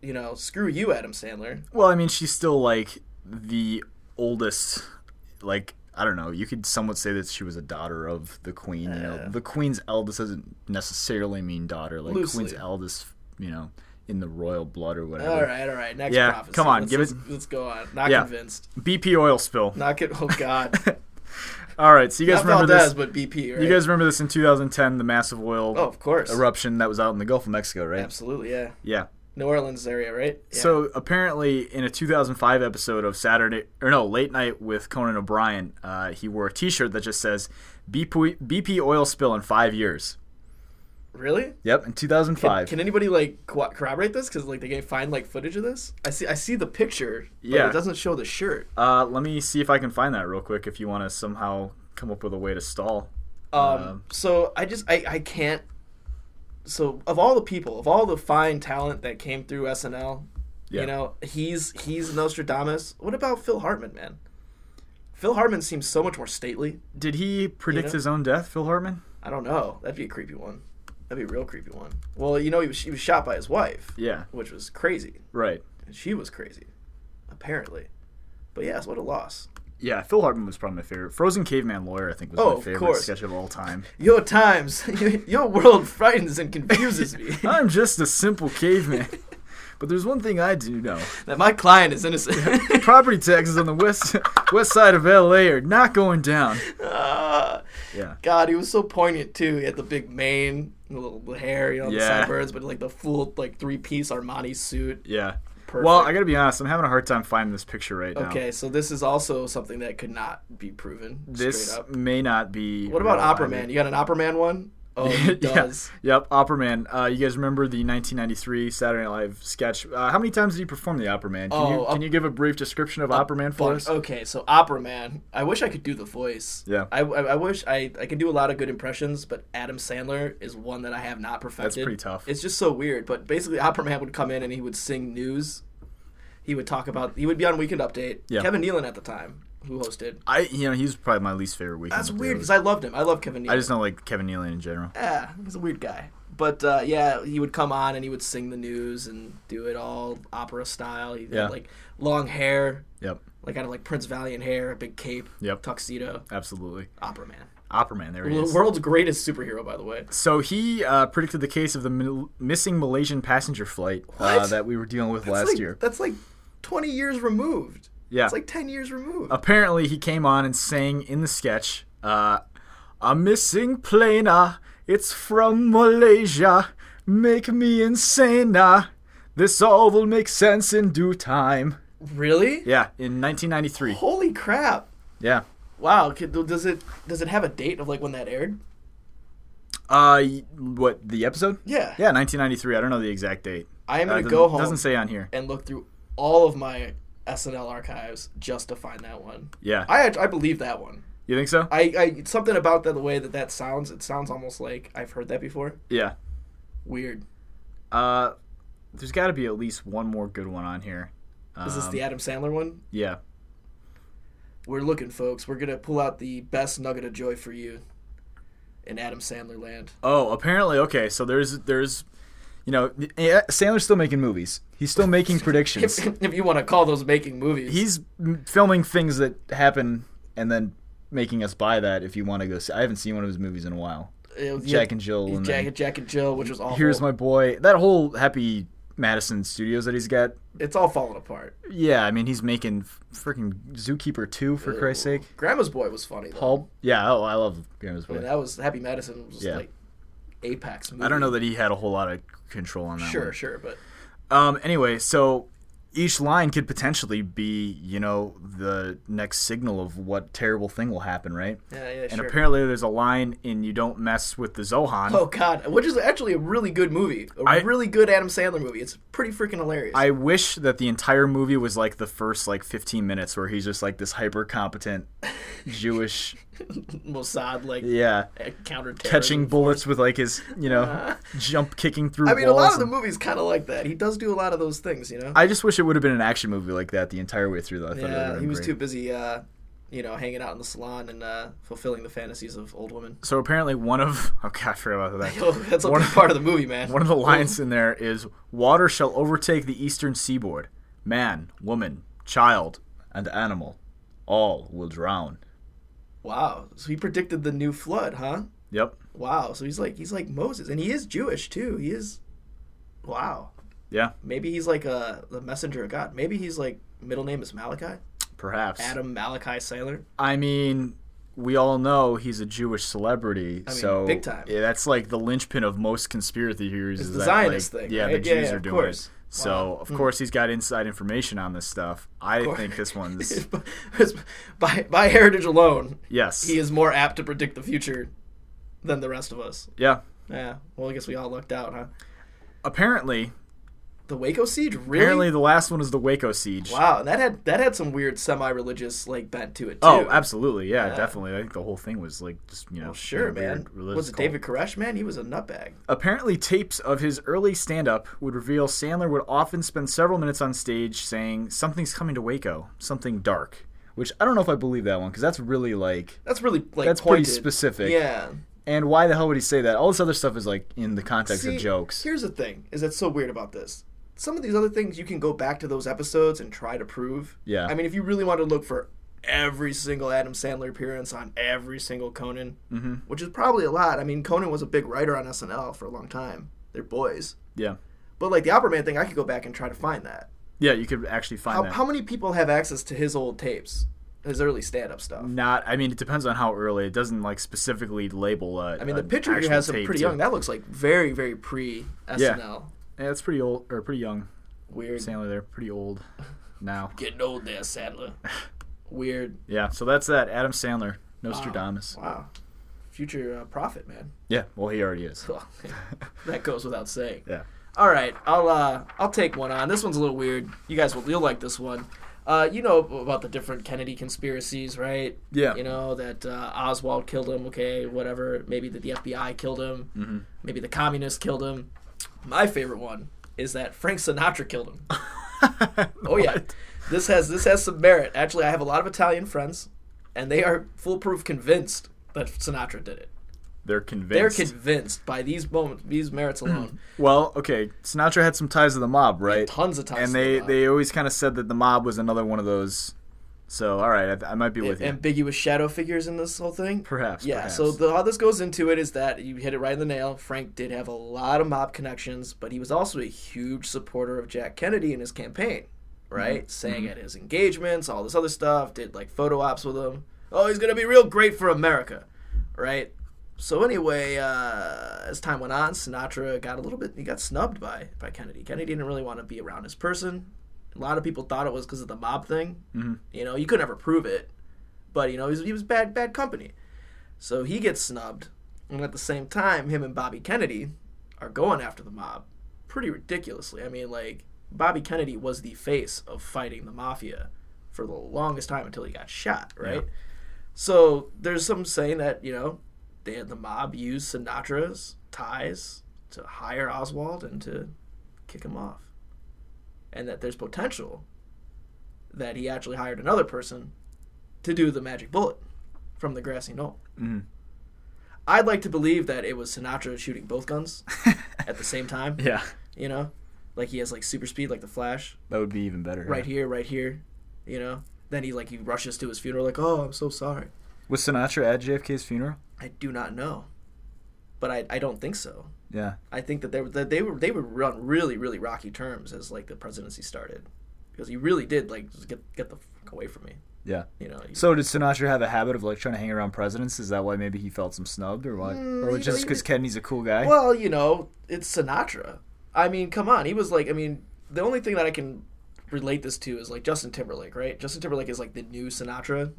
Speaker 2: you know, screw you, Adam Sandler.
Speaker 3: Well, I mean, she's still like the oldest. Like I don't know. You could somewhat say that she was a daughter of the queen. You know, the queen's eldest doesn't necessarily mean daughter. Like
Speaker 2: Loosely.
Speaker 3: queen's eldest, you know, in the royal blood or whatever.
Speaker 2: All right, all right. Next
Speaker 3: Yeah,
Speaker 2: prophecy.
Speaker 3: come on,
Speaker 2: Let's-
Speaker 3: give it-
Speaker 2: let's, Let's go on. Not
Speaker 3: Yeah.
Speaker 2: convinced.
Speaker 3: BP oil spill.
Speaker 2: Not
Speaker 3: [LAUGHS]
Speaker 2: con- Oh God.
Speaker 3: All right, so you guys
Speaker 2: not
Speaker 3: remember
Speaker 2: Valdez,
Speaker 3: this?
Speaker 2: but BP. Right?
Speaker 3: You guys remember this in 2010, the massive oil
Speaker 2: Oh, of course.
Speaker 3: eruption that was out in the Gulf of Mexico, right?
Speaker 2: Absolutely, yeah.
Speaker 3: Yeah.
Speaker 2: New Orleans area, right? Yeah.
Speaker 3: So apparently, in a 2005 episode of Saturday or no Late Night with Conan O'Brien, uh, he wore a T-shirt that just says BP, BP oil spill in five years.
Speaker 2: really?
Speaker 3: Yep, in 2005.
Speaker 2: Can anybody like co- corroborate this? Because like they can find like footage of this. I see. I see the picture. But
Speaker 3: Yeah.
Speaker 2: It doesn't show the shirt.
Speaker 3: uh, let me see if I can find that real quick. If you want to somehow come up with a way to stall.
Speaker 2: Um. so I just I I can't. so of all the people, of all the fine talent that came through SNL,
Speaker 3: Yeah.
Speaker 2: you know, he's he's Nostradamus. What about Phil Hartman, man? Phil Hartman seems so much more stately.
Speaker 3: Did he predict
Speaker 2: know?
Speaker 3: his own death, Phil Hartman?
Speaker 2: I don't know. That'd be a creepy one. That'd be a real creepy one. Well, you know, he was, he was shot by his wife,
Speaker 3: Yeah.
Speaker 2: which was crazy.
Speaker 3: Right.
Speaker 2: And she was crazy, apparently. But yes, what a loss.
Speaker 3: Yeah, Phil Hartman was probably my favorite. Frozen Caveman Lawyer, I think, was
Speaker 2: Oh,
Speaker 3: my
Speaker 2: of
Speaker 3: favorite
Speaker 2: course.
Speaker 3: sketch of all time. [LAUGHS]
Speaker 2: Your times, [LAUGHS] your world frightens and confuses
Speaker 3: [LAUGHS]
Speaker 2: me.
Speaker 3: I'm just a
Speaker 2: [LAUGHS]
Speaker 3: simple caveman. But there's one thing I do know.
Speaker 2: that my client is innocent.
Speaker 3: Property taxes on the west [LAUGHS] west side of LA are not going down.
Speaker 2: [LAUGHS] Ah.
Speaker 3: Yeah.
Speaker 2: God, he was so poignant too. He had the big mane, the little the hair, you know, the
Speaker 3: Yeah.
Speaker 2: sideburns, but like the full like three piece Armani suit.
Speaker 3: Yeah.
Speaker 2: Perfect.
Speaker 3: Well, I gotta be honest, I'm having a hard time finding this picture right now.
Speaker 2: Okay, so this is also something that could not be proven
Speaker 3: This
Speaker 2: straight up.
Speaker 3: may not be
Speaker 2: What about
Speaker 3: real
Speaker 2: Opera
Speaker 3: either. [LAUGHS]
Speaker 2: Man? You got an Opera Man one? Oh, he does.
Speaker 3: Yeah. Yep, Opera Man. Uh, you guys remember the 1993 Saturday Night Live sketch? Uh, how many times did he perform the Opera Man? Can,
Speaker 2: Oh,
Speaker 3: you,
Speaker 2: up-
Speaker 3: can you give a brief description of Opera Man for
Speaker 2: Fuck.
Speaker 3: us?
Speaker 2: Okay, so Opera Man. I wish I could do the voice.
Speaker 3: Yeah.
Speaker 2: I, I, I wish I, I can do a lot of good impressions, but Adam Sandler is one that I have not perfected.
Speaker 3: pretty tough.
Speaker 2: It's just so weird. But basically, Opera Man would come in and he would sing news. He would talk about. He would be on Weekend Update.
Speaker 3: Yeah.
Speaker 2: Kevin Nealon at the time, who hosted.
Speaker 3: I, you know, he's probably my least favorite weekend.
Speaker 2: That's
Speaker 3: Update.
Speaker 2: weird because I loved him. I love Kevin Nealon.
Speaker 3: I just don't like Kevin Nealon in general.
Speaker 2: yeah, he's a weird guy. But uh, yeah, he would come on and he would sing the news and do it all opera style. He
Speaker 3: Yeah.
Speaker 2: had like long hair,
Speaker 3: Yep,
Speaker 2: like kind of like Prince Valiant hair, a big cape,
Speaker 3: Yep.
Speaker 2: tuxedo,
Speaker 3: absolutely.
Speaker 2: opera man.
Speaker 3: Opera Man, there he
Speaker 2: The
Speaker 3: is.
Speaker 2: world's greatest superhero, by the way.
Speaker 3: So he uh, predicted the case of the mil- missing Malaysian passenger flight uh,
Speaker 2: What?
Speaker 3: that we were dealing with
Speaker 2: That's
Speaker 3: last
Speaker 2: like,
Speaker 3: year.
Speaker 2: That's like 20 years removed.
Speaker 3: Yeah. Oh.
Speaker 2: It's like 10 years removed.
Speaker 3: Apparently, he came on and sang in the sketch, uh, "A missing plane, ah, it's from Malaysia, make me insane, ah, this all will make sense in due time."
Speaker 2: really?
Speaker 3: Yeah, in 1993.
Speaker 2: Holy crap.
Speaker 3: Yeah.
Speaker 2: Wow. Could, does it does it have a date of like when that aired?
Speaker 3: Uh, y- what the episode?
Speaker 2: Yeah.
Speaker 3: Yeah, 1993. I don't know the exact date.
Speaker 2: I am
Speaker 3: Uh,
Speaker 2: going to
Speaker 3: doesn't-
Speaker 2: go home
Speaker 3: Doesn't say on here.
Speaker 2: and look through all of my SNL archives just to find that one.
Speaker 3: Yeah.
Speaker 2: I act- I believe that one.
Speaker 3: you think so?
Speaker 2: I, I something about that the way that that sounds. It sounds almost like I've heard that before.
Speaker 3: yeah.
Speaker 2: Weird.
Speaker 3: Uh, there's got to be at least one more good one on here.
Speaker 2: Is this
Speaker 3: Um,
Speaker 2: the Adam Sandler one?
Speaker 3: Yeah.
Speaker 2: We're looking, folks. We're gonna pull out the best nugget of joy for you in Adam Sandler land. [LAUGHS]
Speaker 3: Oh, apparently, okay. So there's there's, you know, eh, Sandler's still making movies. He's
Speaker 2: [LAUGHS]
Speaker 3: still making predictions.
Speaker 2: if, if you want to call those making movies.
Speaker 3: He's m- filming things that happen and then making us buy that if you want to go see. I haven't seen one of his movies in a while.
Speaker 2: It was-
Speaker 3: Jack and Jill. And
Speaker 2: Jack,
Speaker 3: then
Speaker 2: Jack and Jill, which was awful.
Speaker 3: Here's my boy. That whole Happy Madison Studios that he's got.
Speaker 2: It's all falling apart.
Speaker 3: Yeah, I mean he's making freaking Zookeeper two for Christ's sake.
Speaker 2: Grandma's Boy was funny. Though.
Speaker 3: Paul. Yeah. Oh, I love Grandma's
Speaker 2: I mean,
Speaker 3: Boy.
Speaker 2: that was Happy Madison was
Speaker 3: Yeah.
Speaker 2: like apex. Movie.
Speaker 3: I don't know that he had a whole lot of control on that.
Speaker 2: Sure,
Speaker 3: one.
Speaker 2: sure, but
Speaker 3: Um, anyway, so each line could potentially be, you know, the next signal of what terrible thing will happen, right?
Speaker 2: yeah, yeah,
Speaker 3: And
Speaker 2: sure.
Speaker 3: apparently, there's a line in "You Don't Mess with the Zohan."
Speaker 2: Oh God! Which is actually a really good movie, a
Speaker 3: I-
Speaker 2: really good Adam Sandler movie. It's pretty freaking hilarious.
Speaker 3: I wish that the entire movie was like the first like 15 minutes where he's just like this
Speaker 2: [LAUGHS]
Speaker 3: hyper competent Jewish,
Speaker 2: Mossad like
Speaker 3: yeah,
Speaker 2: counter
Speaker 3: catching bullets with like his, you know, jump kicking through
Speaker 2: Uh-huh. I mean, a
Speaker 3: walls.
Speaker 2: lot of the
Speaker 3: and-
Speaker 2: movies kind of like that. He does do a lot of those things, you know.
Speaker 3: I just wish it would have been an action movie like that the entire way through. Though. I thought it would
Speaker 2: yeah,
Speaker 3: have
Speaker 2: he
Speaker 3: been
Speaker 2: was
Speaker 3: great.
Speaker 2: too busy, uh, you know, hanging out in the salon and uh, fulfilling the fantasies of old [LAUGHS] women.
Speaker 3: So apparently, one of [LAUGHS] okay, I
Speaker 2: [LAUGHS]
Speaker 3: forgot about that.
Speaker 2: Oh, that's a big part of the movie, man.
Speaker 3: One of the lines in there is water shall overtake the eastern seaboard. Man, woman, child, and animal all will drown.
Speaker 2: Oh, Wow. So he predicted the new flood, huh?
Speaker 3: Yep.
Speaker 2: Wow. So he's like he's like Moses, and he is Jewish too. He is. Wow.
Speaker 3: Yeah,
Speaker 2: Maybe he's like a the messenger of God. Maybe he's like middle name is Malachi.
Speaker 3: perhaps.
Speaker 2: Adam Malachi Sailor. [LAUGHS]
Speaker 3: I mean, we all know he's a Jewish celebrity,
Speaker 2: mean,
Speaker 3: so
Speaker 2: big time.
Speaker 3: Yeah, that's like the linchpin of most conspiracy theories. Is
Speaker 2: the
Speaker 3: that,
Speaker 2: Zionist
Speaker 3: like,
Speaker 2: thing,
Speaker 3: Yeah, the
Speaker 2: right? Yeah,
Speaker 3: Jews
Speaker 2: yeah,
Speaker 3: are
Speaker 2: of
Speaker 3: doing
Speaker 2: course.
Speaker 3: it. So
Speaker 2: [LAUGHS]
Speaker 3: of course he's got inside information on this stuff. I think this
Speaker 2: [LAUGHS]
Speaker 3: one's
Speaker 2: by by heritage alone,
Speaker 3: yes.
Speaker 2: he is more apt to predict the future than the rest of us.
Speaker 3: yeah.
Speaker 2: Yeah. Well, I guess we all lucked out, huh?
Speaker 3: apparently
Speaker 2: The Waco siege, really?
Speaker 3: Apparently, the last one is the Waco siege.
Speaker 2: wow, that had that had some weird semi-religious like bent to it too.
Speaker 3: Oh, absolutely, yeah, definitely. I think the whole thing was like just you know,
Speaker 2: Well, sure,
Speaker 3: a weird
Speaker 2: man.
Speaker 3: religious
Speaker 2: Was it
Speaker 3: cult.
Speaker 2: David Koresh, man? He was a nutbag.
Speaker 3: Apparently, tapes of his early stand-up would reveal Sandler would often spend several minutes on stage saying something's coming to Waco, something dark. Which I don't know if I believe that one because that's really like,
Speaker 2: That's really like
Speaker 3: that's pretty
Speaker 2: pointed.
Speaker 3: specific.
Speaker 2: Yeah.
Speaker 3: And why the hell would he say that? All this other stuff is like in the context
Speaker 2: See,
Speaker 3: of jokes.
Speaker 2: Here's the thing: is that's so weird about this. Some of these other things you can go back to those episodes and try to prove.
Speaker 3: Yeah.
Speaker 2: I mean, if you really want to look for every single Adam Sandler appearance on every single Conan, mm-hmm. which is probably a lot. I mean, Conan was a big writer on SNL for a long time. They're boys.
Speaker 3: yeah,
Speaker 2: But like the Opera Man thing, I could go back and try to find that.
Speaker 3: yeah, you could actually find
Speaker 2: How,
Speaker 3: that.
Speaker 2: how many people have access to his old tapes, his early stand-up stuff?
Speaker 3: Not, I mean, it depends on how early. It doesn't like specifically label. uh, I
Speaker 2: I mean, the picture here has some pretty young. That looks like very, very pre SNL.
Speaker 3: Yeah, it's pretty old or pretty young.
Speaker 2: Weird.
Speaker 3: Sandler, they're pretty old now.
Speaker 2: Getting old there, Sadler. Weird.
Speaker 3: Yeah, so that's that. Adam Sandler, Nostradamus.
Speaker 2: Wow. Future uh, prophet, man. [LAUGHS]
Speaker 3: Yeah, well, he already is.
Speaker 2: that goes without saying.
Speaker 3: Yeah.
Speaker 2: All right, I'll uh, I'll take one on. This one's a little weird. You guys will you'll like this one. Uh, you know about the different Kennedy conspiracies, right?
Speaker 3: Yeah.
Speaker 2: You know that uh, Oswald killed him. Okay, whatever. Maybe that the FBI killed him. Mm-hmm. Maybe the communists killed him. My favorite one is that Frank Sinatra killed him.
Speaker 3: [LAUGHS]
Speaker 2: oh yeah, this has this has some merit. Actually, I have a lot of Italian friends, and they are foolproof convinced that Sinatra did it.
Speaker 3: They're
Speaker 2: They're
Speaker 3: convinced.
Speaker 2: convinced by these moments, these merits alone.
Speaker 3: well, okay, Sinatra had some ties to the mob, right?
Speaker 2: Tons of times.
Speaker 3: Mm. and
Speaker 2: to
Speaker 3: they,
Speaker 2: the mob.
Speaker 3: they always kind of said that the mob was another one of those. So, all right, I, I might be with you.
Speaker 2: ambiguous shadow figures in this whole thing.
Speaker 3: Perhaps,
Speaker 2: Yeah.
Speaker 3: perhaps.
Speaker 2: So the, how this goes into it is that you hit it right in the nail. Frank did have a lot of mob connections, but he was also a huge supporter of Jack Kennedy in his campaign. Right,
Speaker 3: Mm-hmm.
Speaker 2: saying at his engagements, all this other stuff, did like photo ops with him. Oh, he's gonna be real great for America, right? So anyway, uh, as time went on, Sinatra got a little bit. He got snubbed by by Kennedy. Kennedy didn't really want to be around his person. A lot of people thought it was because of the mob thing. Mm-hmm. You know, you could never prove it, but you know, he was, he was bad bad company. So he gets snubbed, and at the same time, him and Bobby Kennedy are going after the mob pretty ridiculously. I mean, like Bobby Kennedy was the face of fighting the mafia for the longest time until he got shot, right?
Speaker 3: Yeah.
Speaker 2: So there's some saying that you know they the mob used Sinatra's ties to hire Oswald and to kick him off, and that there's potential that he actually hired another person to do the magic bullet from the grassy knoll. I'd like to believe that it was Sinatra shooting both guns at the same time.
Speaker 3: [LAUGHS] yeah,
Speaker 2: You know, like he has like super speed, like the Flash,
Speaker 3: that would be even better.
Speaker 2: right here, right here. You know, then he like he rushes to his funeral, like, oh, I'm so sorry.
Speaker 3: Was Sinatra at JFK's funeral?
Speaker 2: I do not know, but I I don't think so.
Speaker 3: Yeah.
Speaker 2: I think that they were that they were they were on really really rocky terms as like the presidency started, because he really did like just get get the fuck away from me.
Speaker 3: Yeah.
Speaker 2: You know. he-
Speaker 3: So did Sinatra have a habit of like trying to hang around presidents? Is that why maybe he felt some snubbed, or why, or was
Speaker 2: you
Speaker 3: just
Speaker 2: know,
Speaker 3: because Kennedy's a cool guy?
Speaker 2: [LAUGHS] Well, you know, it's Sinatra. I mean, come on. He was like, I mean, the only thing that I can relate this to is like Justin Timberlake, right? Justin Timberlake is like the new Sinatra.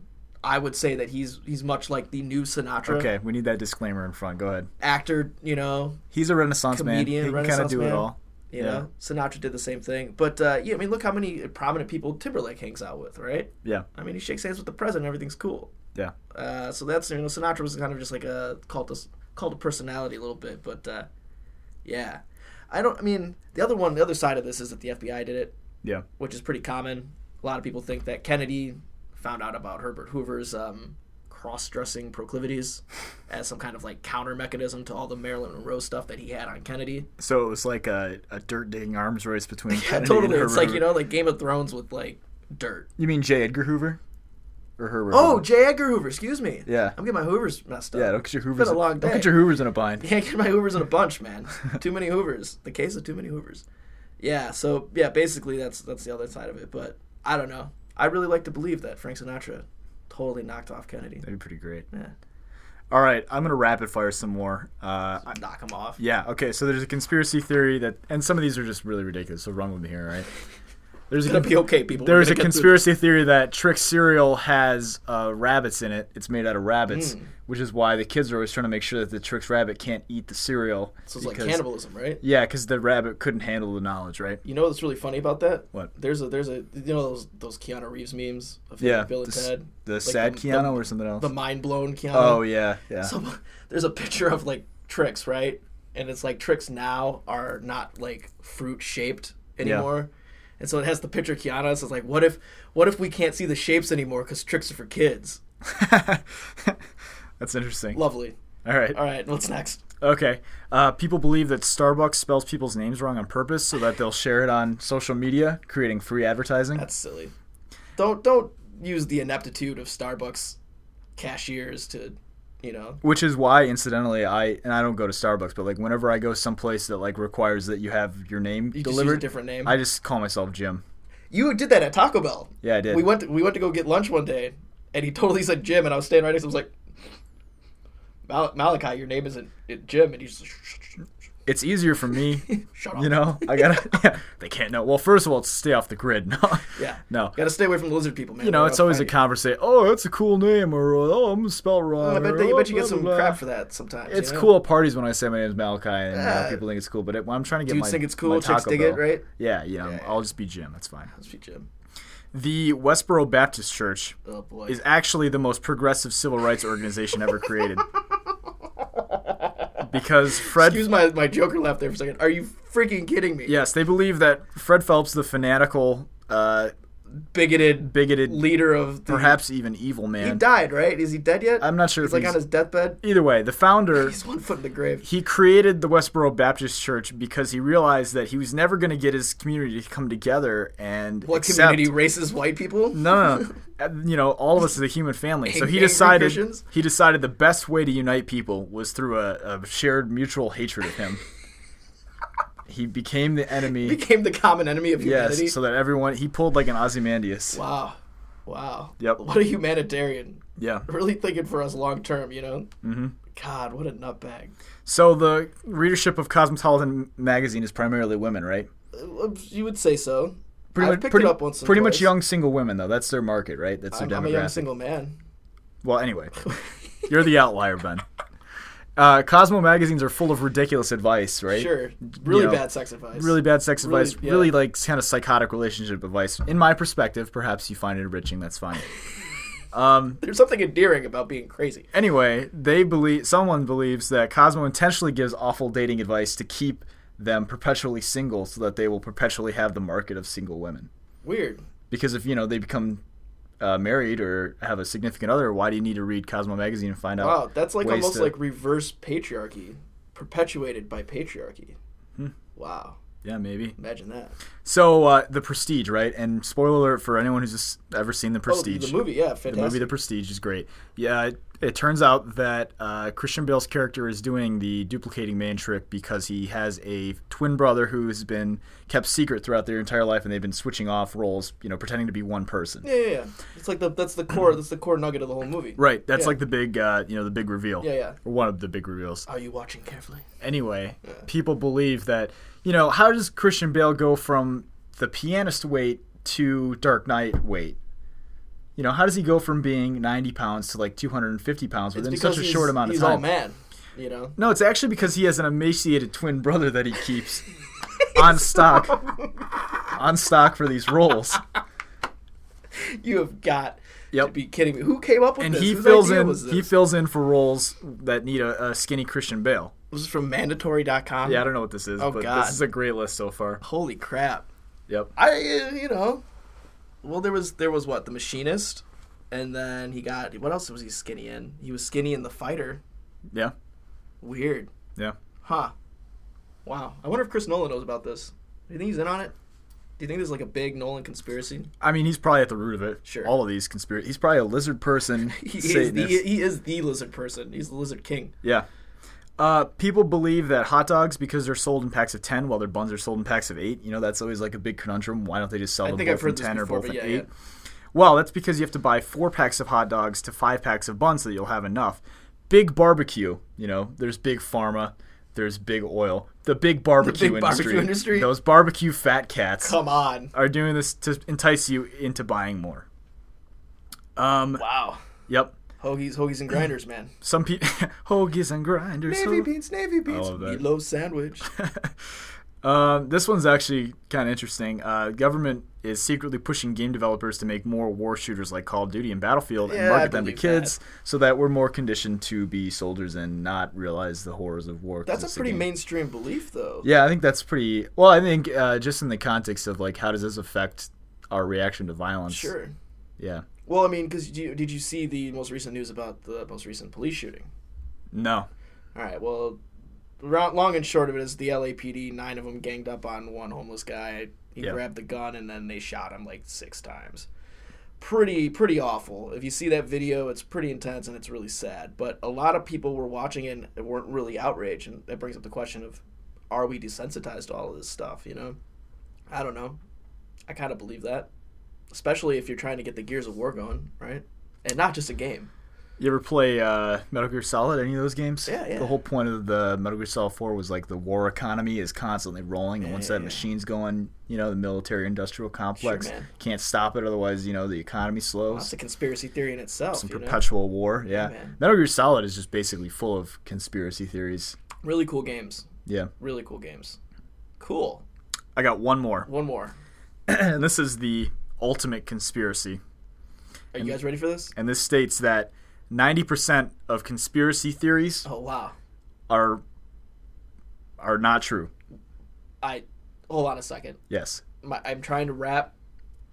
Speaker 2: I would say that he's he's much like the new Sinatra
Speaker 3: okay, we need that disclaimer in front. Go ahead.
Speaker 2: actor, you know,
Speaker 3: He's a Renaissance
Speaker 2: Comedian,
Speaker 3: man. He can kind of
Speaker 2: Renaissance
Speaker 3: do
Speaker 2: man.
Speaker 3: it all.
Speaker 2: you
Speaker 3: Yeah.
Speaker 2: know. Sinatra did the same thing. But uh yeah, I mean, look how many prominent people Timberlake hangs out with, right?
Speaker 3: Yeah.
Speaker 2: I mean, he shakes hands with the president, everything's cool.
Speaker 3: Yeah.
Speaker 2: Uh, so that's you know Sinatra was kind of just like a cult of, cult of personality a little bit, but uh, yeah, I don't. I mean, the other one, the other side of this is that the FBI did it,
Speaker 3: Yeah.
Speaker 2: which is pretty common. A lot of people think that Kennedy found out about Herbert Hoover's um, cross-dressing proclivities as some kind of like counter mechanism to all the Marilyn Monroe stuff that he had on Kennedy.
Speaker 3: So it was like a, a dirt digging arms
Speaker 2: [LAUGHS]
Speaker 3: race between Kennedy and
Speaker 2: totally,
Speaker 3: Herbert.
Speaker 2: it's like you know, like Game of Thrones with like dirt.
Speaker 3: You mean J. Edgar Hoover, or Herbert?
Speaker 2: Oh,
Speaker 3: Hoover?
Speaker 2: J. Edgar Hoover. Excuse me.
Speaker 3: Yeah.
Speaker 2: I'm getting my Hoovers messed up.
Speaker 3: yeah. Don't get your Hoovers.
Speaker 2: been a long
Speaker 3: Don't
Speaker 2: day.
Speaker 3: get
Speaker 2: [LAUGHS]
Speaker 3: your Hoovers in a bind.
Speaker 2: Can't get my Hoovers in a bunch, man.
Speaker 3: [LAUGHS]
Speaker 2: too many Hoovers. The case of too many Hoovers. Yeah. So yeah, basically that's that's the other side of it. But I don't know. I really like to believe that Frank Sinatra totally knocked off Kennedy.
Speaker 3: That'd be pretty great.
Speaker 2: Yeah.
Speaker 3: All right, I'm gonna rapid fire some more. Uh, I-
Speaker 2: Knock him off.
Speaker 3: yeah. Okay. So there's a conspiracy theory that, and some of these are just really ridiculous. So run with me here, all right? There's a
Speaker 2: It's gonna
Speaker 3: con-
Speaker 2: be okay, people. We're
Speaker 3: There is a
Speaker 2: gonna get through
Speaker 3: conspiracy theory that Trick cereal has uh, rabbits in it. It's made out of rabbits,
Speaker 2: Hmm.
Speaker 3: which is why the kids are always trying to make sure that the Trick's rabbit can't eat the cereal.
Speaker 2: this. So it's like
Speaker 3: because-
Speaker 2: cannibalism, right?
Speaker 3: Yeah, because the rabbit couldn't handle the knowledge, right?
Speaker 2: You know what's really funny about that?
Speaker 3: What?
Speaker 2: There's a there's a you know those those Keanu Reeves memes of
Speaker 3: Yeah,
Speaker 2: Bill and
Speaker 3: the s-
Speaker 2: Ted,
Speaker 3: the
Speaker 2: Like
Speaker 3: sad
Speaker 2: the-
Speaker 3: Keanu or something else.
Speaker 2: the mind blown Keanu. [LAUGHS]
Speaker 3: oh yeah, yeah.
Speaker 2: So there's a picture of like tricks, right? And it's like tricks now are not like fruit shaped anymore. And so it has the picture of Kiana. So it's like, what if, what if we can't see the shapes anymore because tricks are for kids?
Speaker 3: [LAUGHS] That's interesting.
Speaker 2: Lovely.
Speaker 3: All right.
Speaker 2: All right, what's next?
Speaker 3: Okay. Uh, people believe that Starbucks spells people's names wrong on purpose so that they'll share it on social media, creating free advertising.
Speaker 2: That's silly. Don't don't use the ineptitude of Starbucks cashiers to, you know,
Speaker 3: Which is why, incidentally, I and I don't go to Starbucks, but like whenever I go someplace that like requires that you have your name
Speaker 2: you just use a
Speaker 3: delivered,
Speaker 2: different name.
Speaker 3: I just call myself Jim.
Speaker 2: You did that at Taco Bell.
Speaker 3: Yeah, I did.
Speaker 2: We went to, we went to go get lunch one day, and he totally said Jim, and I was standing right next to him. I was like, Mal- Malachi, your name isn't it, Jim, and he's just, "Shh, shh, shh,
Speaker 3: It's easier for me,
Speaker 2: [LAUGHS] shut up.
Speaker 3: you know. I gotta. [LAUGHS] Yeah, they can't know. Well, first of all, it's stay off the grid. [LAUGHS] No.
Speaker 2: Yeah.
Speaker 3: No.
Speaker 2: Got to stay away from the lizard people, man.
Speaker 3: You know, it's always a
Speaker 2: con.
Speaker 3: conversation. Oh, that's a cool name, or oh, I'm spelled wrong.
Speaker 2: I bet
Speaker 3: or,
Speaker 2: that you
Speaker 3: "Oh,
Speaker 2: bet you get
Speaker 3: blah,
Speaker 2: some
Speaker 3: blah, blah."
Speaker 2: crap for that sometimes. you
Speaker 3: It's
Speaker 2: know?
Speaker 3: cool at parties when I say my name's Malachi and you know,
Speaker 2: Yeah.
Speaker 3: people think it's cool, but it, when I'm trying to get
Speaker 2: Dudes
Speaker 3: my
Speaker 2: think it's
Speaker 3: my
Speaker 2: cool, chicks
Speaker 3: Taco
Speaker 2: dig it,
Speaker 3: Bell-
Speaker 2: right?
Speaker 3: Yeah, you know,
Speaker 2: Yeah.
Speaker 3: I'll just be Jim. That's fine.
Speaker 2: Must be Jim.
Speaker 3: The Westboro Baptist Church
Speaker 2: Oh boy.
Speaker 3: is actually the most progressive civil rights organization
Speaker 2: [LAUGHS]
Speaker 3: ever created. Because Fred,
Speaker 2: Excuse my my Joker laugh there for a second. Are you freaking kidding me?
Speaker 3: yes, they believe that Fred Phelps, the fanatical, uh,
Speaker 2: Bigoted
Speaker 3: bigoted,
Speaker 2: leader of the,
Speaker 3: perhaps even evil
Speaker 2: He
Speaker 3: man.
Speaker 2: died, right? Is he dead yet?
Speaker 3: I'm not sure
Speaker 2: He's
Speaker 3: if
Speaker 2: like
Speaker 3: he's-
Speaker 2: on his deathbed.
Speaker 3: Either way, the founder
Speaker 2: He's one foot in the grave.
Speaker 3: he created the Westboro Baptist Church because he realized that he was never going to get his community to come together and
Speaker 2: What
Speaker 3: accept-
Speaker 2: community? Racist white people?
Speaker 3: No, no, no. Uh, you know, all of us is a human family. So he
Speaker 2: Angry
Speaker 3: decided
Speaker 2: Christians?
Speaker 3: he decided the best way to unite people was through a, a shared mutual hatred
Speaker 2: [LAUGHS]
Speaker 3: of him. he became the
Speaker 2: [LAUGHS]
Speaker 3: enemy.
Speaker 2: became the common enemy of humanity.
Speaker 3: Yes, so that everyone he pulled like an Ozymandias.
Speaker 2: wow, wow.
Speaker 3: Yep.
Speaker 2: What a humanitarian.
Speaker 3: Yeah.
Speaker 2: Really thinking for us long term, you know. Mm-hmm. God, what a nutbag.
Speaker 3: So the readership of Cosmopolitan magazine is primarily women, right?
Speaker 2: Uh, You would say so.
Speaker 3: Pretty
Speaker 2: I've
Speaker 3: much,
Speaker 2: picked
Speaker 3: pretty,
Speaker 2: it up once. and
Speaker 3: pretty much
Speaker 2: twice.
Speaker 3: young single women though. That's their market, right? That's their
Speaker 2: I'm, I'm
Speaker 3: demographic.
Speaker 2: a young single man.
Speaker 3: Well,
Speaker 2: [LAUGHS]
Speaker 3: anyway, you're the outlier, Ben. Uh, Cosmo magazines are full of ridiculous advice, right?
Speaker 2: Sure. Really
Speaker 3: know,
Speaker 2: bad sex advice.
Speaker 3: Really bad sex
Speaker 2: Really-
Speaker 3: advice,
Speaker 2: yeah.
Speaker 3: really like kind of psychotic relationship advice. In my perspective, perhaps you find it enriching. That's fine.
Speaker 2: There's something endearing about being crazy.
Speaker 3: anyway, they believe someone believes that Cosmo intentionally gives awful dating advice to keep them perpetually single, so that they will perpetually have the market of single women.
Speaker 2: Weird.
Speaker 3: Because if you know they become uh, married or have a significant other, why do you need to read Cosmo magazine and find out?
Speaker 2: Wow, that's like
Speaker 3: ways
Speaker 2: almost
Speaker 3: to-
Speaker 2: like reverse patriarchy, perpetuated by patriarchy.
Speaker 3: Hmm.
Speaker 2: Wow.
Speaker 3: yeah, maybe.
Speaker 2: Imagine that.
Speaker 3: So uh, the Prestige, right? And spoiler alert for anyone who's just ever seen the
Speaker 2: Oh,
Speaker 3: Prestige.
Speaker 2: the movie, yeah, fantastic.
Speaker 3: The movie The Prestige is great. Yeah, it, it turns out that uh, Christian Bale's character is doing the duplicating man trick because he has a twin brother who has been kept secret throughout their entire life, and they've been switching off roles, you know, pretending to be one person.
Speaker 2: Yeah, yeah, yeah. It's like the that's the core that's the core nugget of the whole movie.
Speaker 3: Right. That's
Speaker 2: Yeah.
Speaker 3: like the big, uh, you know, the big reveal.
Speaker 2: Yeah, yeah.
Speaker 3: Or one of the big reveals.
Speaker 2: Are you watching carefully?
Speaker 3: anyway, people believe that, you know, how does Christian Bale go from the pianist weight to Dark Knight weight? You know, how does he go from being 90 pounds to like 250 pounds within such a
Speaker 2: he's-
Speaker 3: short amount of
Speaker 2: he's
Speaker 3: time?
Speaker 2: all man, you know. [LAUGHS]
Speaker 3: No, it's actually because he has an emaciated twin brother that he
Speaker 2: [LAUGHS]
Speaker 3: keeps on stock. On stock for these
Speaker 2: [LAUGHS]
Speaker 3: roles.
Speaker 2: You have got to
Speaker 3: Yep.
Speaker 2: be kidding me. Who came up with
Speaker 3: And
Speaker 2: this?
Speaker 3: he
Speaker 2: Whose
Speaker 3: fills
Speaker 2: idea
Speaker 3: in
Speaker 2: Was this?
Speaker 3: he fills in for roles that need a, a skinny Christian Bale.
Speaker 2: was this from mandatory.com?
Speaker 3: Yeah, I don't know what this is,
Speaker 2: Oh,
Speaker 3: but
Speaker 2: God.
Speaker 3: this is a great list so far.
Speaker 2: Holy crap.
Speaker 3: Yep.
Speaker 2: I uh, you know, well there was there was what the machinist, and then he got what else was he skinny in? He was skinny in the fighter.
Speaker 3: Yeah.
Speaker 2: Weird,
Speaker 3: Yeah.
Speaker 2: huh? Wow. I wonder if Chris Nolan knows about this. Do you think he's in on it? Do you think there's like a big Nolan conspiracy?
Speaker 3: I mean, he's probably at the root of it.
Speaker 2: Sure.
Speaker 3: All of these conspiracy. He's probably a lizard person.
Speaker 2: [LAUGHS] He is, the,
Speaker 3: Satanist.
Speaker 2: he is the lizard person. He's the lizard king.
Speaker 3: yeah. Uh, people believe that hot dogs, because they're sold in packs of ten, while their buns are sold in packs of eight. You know, that's always like a big conundrum. Why don't they just sell
Speaker 2: I
Speaker 3: them
Speaker 2: think
Speaker 3: both
Speaker 2: I've heard
Speaker 3: in
Speaker 2: this
Speaker 3: ten
Speaker 2: before,
Speaker 3: or both
Speaker 2: but
Speaker 3: in
Speaker 2: yeah,
Speaker 3: eight?
Speaker 2: yeah.
Speaker 3: Well, that's because you have to buy four packs of hot dogs to five packs of buns so that you'll have enough. Big barbecue. You know, there's big pharma. There's big oil, the big barbecue,
Speaker 2: barbecue industry?
Speaker 3: Those barbecue fat cats
Speaker 2: Come on.
Speaker 3: are doing this to entice you into buying more. Um.
Speaker 2: [LAUGHS] Wow.
Speaker 3: Yep.
Speaker 2: Hoagies, hoagies, and grinders, [CLEARS THROAT] man.
Speaker 3: Some people [LAUGHS] hoagies and grinders.
Speaker 2: Navy
Speaker 3: ho-
Speaker 2: beans, navy beans,
Speaker 3: love that.
Speaker 2: meatloaf [LAUGHS] sandwich.
Speaker 3: Um, this one's actually kind of interesting. Uh, government is secretly pushing game developers to make more war shooters like Call of Duty and Battlefield
Speaker 2: Yeah,
Speaker 3: and
Speaker 2: I
Speaker 3: market them to
Speaker 2: believe
Speaker 3: kids so that we're more conditioned to be soldiers and not realize the horrors of war. 'cause
Speaker 2: That's
Speaker 3: it's
Speaker 2: a pretty
Speaker 3: game.
Speaker 2: mainstream belief, though.
Speaker 3: Yeah, I think that's pretty. Well, I think uh, just in the context of like how does this affect our reaction to violence?
Speaker 2: Sure.
Speaker 3: Yeah.
Speaker 2: Well, I mean, because you, did you see the most recent news about the most recent police shooting?
Speaker 3: No.
Speaker 2: All right. Well, round, long and short of it is the LAPD. Nine of them ganged up on one homeless guy. He
Speaker 3: Yeah.
Speaker 2: grabbed the gun and then they shot him like six times. Pretty, pretty awful. If you see that video, it's pretty intense and it's really sad. But a lot of people were watching it and weren't really outraged, and that brings up the question of, are we desensitized to all of this stuff? You know, I don't know. I kind of believe that, especially if you're trying to get the gears of war going, right? And not just a game.
Speaker 3: You ever play uh, Metal Gear Solid? Any of those games?
Speaker 2: Yeah, yeah.
Speaker 3: The whole point of the Metal Gear Solid Four was like the war economy is constantly rolling, and once
Speaker 2: yeah,
Speaker 3: that
Speaker 2: yeah.
Speaker 3: machine's going, you know, the military-industrial complex
Speaker 2: man.
Speaker 3: can't stop it. Otherwise, you know, the economy
Speaker 2: That's
Speaker 3: slows.
Speaker 2: a conspiracy theory in itself.
Speaker 3: Some
Speaker 2: you know?
Speaker 3: perpetual war. Yeah.
Speaker 2: man.
Speaker 3: Metal Gear Solid is just basically full of conspiracy theories.
Speaker 2: Really cool games.
Speaker 3: Yeah.
Speaker 2: really cool games. Cool.
Speaker 3: I got one more,
Speaker 2: One more.
Speaker 3: and [CLEARS THROAT] this is the ultimate conspiracy.
Speaker 2: Are you guys ready for this?
Speaker 3: and this states that 90% of conspiracy theories
Speaker 2: Oh wow.
Speaker 3: are are not true.
Speaker 2: I hold on a second.
Speaker 3: Yes.
Speaker 2: My, I'm trying to wrap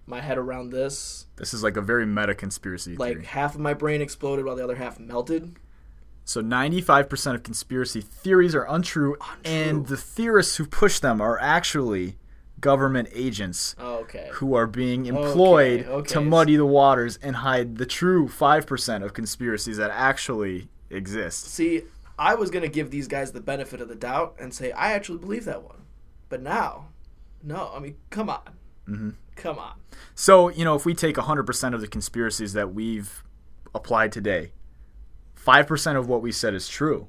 Speaker 2: my head around this.
Speaker 3: This is like a very meta conspiracy
Speaker 2: Like
Speaker 3: theory.
Speaker 2: half of my brain exploded while the other half melted.
Speaker 3: So 95% of conspiracy theories are untrue, and the theorists who push them are actually government agents
Speaker 2: Oh, okay.
Speaker 3: who are being employed
Speaker 2: okay.
Speaker 3: to muddy the waters and hide the true 5% of conspiracies that actually exist.
Speaker 2: See, I was gonna give these guys the benefit of the doubt and say I actually believe that one, but now, no. I mean, come on. Mm-hmm. Come on.
Speaker 3: So, you know, if we take 100% of the conspiracies that we've applied today, 5% of what we said is true.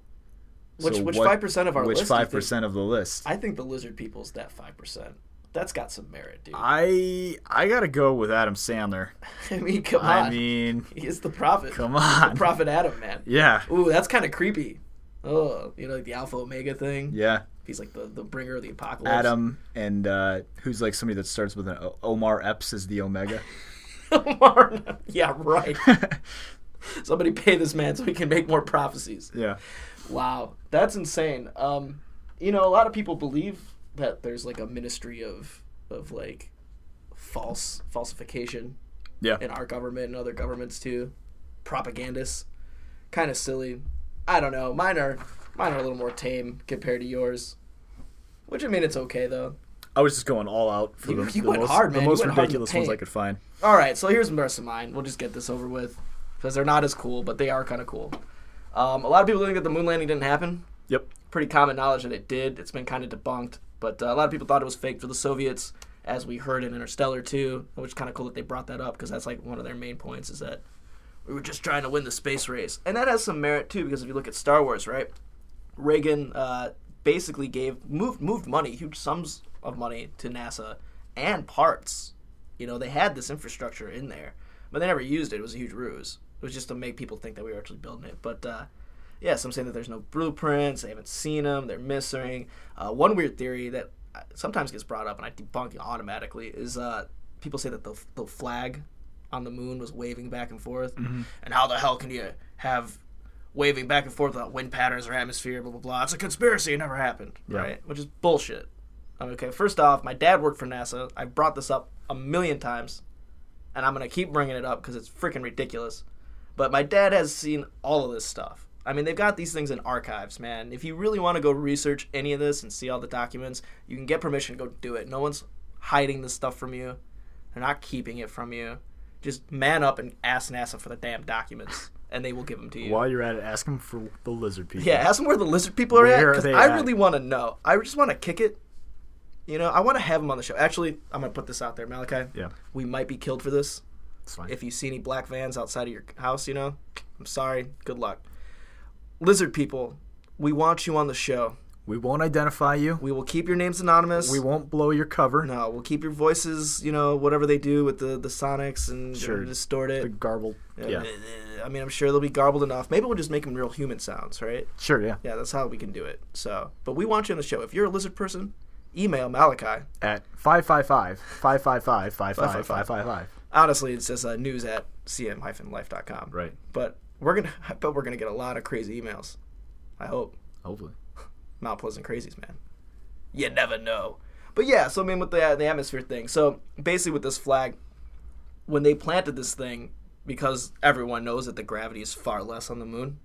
Speaker 2: Which
Speaker 3: So
Speaker 2: which
Speaker 3: what-
Speaker 2: five percent of our
Speaker 3: which
Speaker 2: list? do you think-
Speaker 3: 5% of the list?
Speaker 2: I think the lizard people's that five percent. That's got some merit, dude. [LAUGHS] I,
Speaker 3: I I gotta go with Adam Sandler.
Speaker 2: mean, come on.
Speaker 3: I mean,
Speaker 2: [LAUGHS] he is the prophet.
Speaker 3: come on.
Speaker 2: Prophet Adam, man.
Speaker 3: Yeah,
Speaker 2: Ooh, that's kind of creepy. Oh, you know, like the Alpha Omega thing.
Speaker 3: yeah.
Speaker 2: He's like the, the bringer of the apocalypse. [LAUGHS]
Speaker 3: Adam and uh, who's like somebody that starts with an o- Omar Epps is the Omega.
Speaker 2: Martin. yeah, right. Somebody pay this man so he can make more prophecies.
Speaker 3: [LAUGHS] yeah,
Speaker 2: Wow, that's insane. Um, you know, a lot of people believe that there's like a ministry of of like false falsification
Speaker 3: yeah.
Speaker 2: in our government and other governments too. Propagandists, kind of silly. I don't know. Mine are mine are a little more tame compared to yours, which I mean it's okay though.
Speaker 3: I was just going all out for
Speaker 2: You-
Speaker 3: the,
Speaker 2: you
Speaker 3: the
Speaker 2: went
Speaker 3: most,
Speaker 2: hard,
Speaker 3: the
Speaker 2: man. You
Speaker 3: most
Speaker 2: went hard in the
Speaker 3: ridiculous ones I
Speaker 2: paint.
Speaker 3: could find.
Speaker 2: All right, so here's the rest of mine. We'll just get this over with because they're not as cool, but they are kind of cool. Um, a lot of people think that the moon landing didn't happen.
Speaker 3: Yep.
Speaker 2: Pretty common knowledge that it did. It's been kind of debunked, but uh, a lot of people thought it was fake for the Soviets, as we heard in Interstellar too, which is kind of cool that they brought that up because that's like one of their main points is that we were just trying to win the space race, and that has some merit too because if you look at Star Wars, right? Reagan uh, basically gave moved moved money, huge sums of money to NASA and parts. You know, they had this infrastructure in there, but they never used it. It was a huge ruse. It was just to make people think that we were actually building it. But uh, yeah, some saying that there's no blueprints. They haven't seen them. They're missing. Uh, one weird theory that uh, sometimes gets brought up and I debunk it automatically is uh, people say that the the flag on the moon was waving back and forth. And how the hell can you have waving back and forth about wind patterns or atmosphere, blah blah blah. It's a conspiracy. It never happened, right? Which is bullshit. Okay, first off, my dad worked for NASA. I've brought this up a million times, and I'm gonna keep bringing it up because it's freaking ridiculous. But my dad has seen all of this stuff. I mean, they've got these things in archives, man. If you really want to go research any of this and see all the documents, you can get permission to go do it. No one's hiding this stuff from you. They're not keeping it from you. Just man up and ask NASA for the damn documents, and they will give them to you.
Speaker 3: While you're at it, ask him for the lizard people.
Speaker 2: Yeah, ask them where the lizard people are
Speaker 3: Where are
Speaker 2: at. Because
Speaker 3: they
Speaker 2: I
Speaker 3: at?
Speaker 2: really want to know. I just want to kick it. You know, I want to have them on the show. Actually, I'm gonna put this out there, Malachi.
Speaker 3: Yeah.
Speaker 2: We might be killed for this.
Speaker 3: It's fine.
Speaker 2: If you see any black vans outside of your house, you know, I'm sorry. Good luck. Lizard people, we want you on the show.
Speaker 3: We won't identify you.
Speaker 2: We will keep your names anonymous.
Speaker 3: We won't blow your cover.
Speaker 2: No, we'll keep your voices, you know, whatever they do with the, the sonics and
Speaker 3: Sure.
Speaker 2: or distort it.
Speaker 3: The garbled. Yeah.
Speaker 2: I mean, I'm sure they'll be garbled enough. Maybe we'll just make them real human sounds, right?
Speaker 3: Sure, yeah.
Speaker 2: Yeah, that's how we can do it. So, but we want you on the show. If you're a lizard person, email Malachi.
Speaker 3: At 555 555 555
Speaker 2: Honestly, it's just uh, news at cm-life.com.
Speaker 3: Right.
Speaker 2: But we're gonna, [LAUGHS] I bet we're gonna get a lot of crazy emails. I hope.
Speaker 3: Hopefully.
Speaker 2: Mount Pleasant crazies, man. You never know. But yeah, so I mean, with the the atmosphere thing. So basically, with this flag, when they planted this thing, because everyone knows that the gravity is far less on the moon,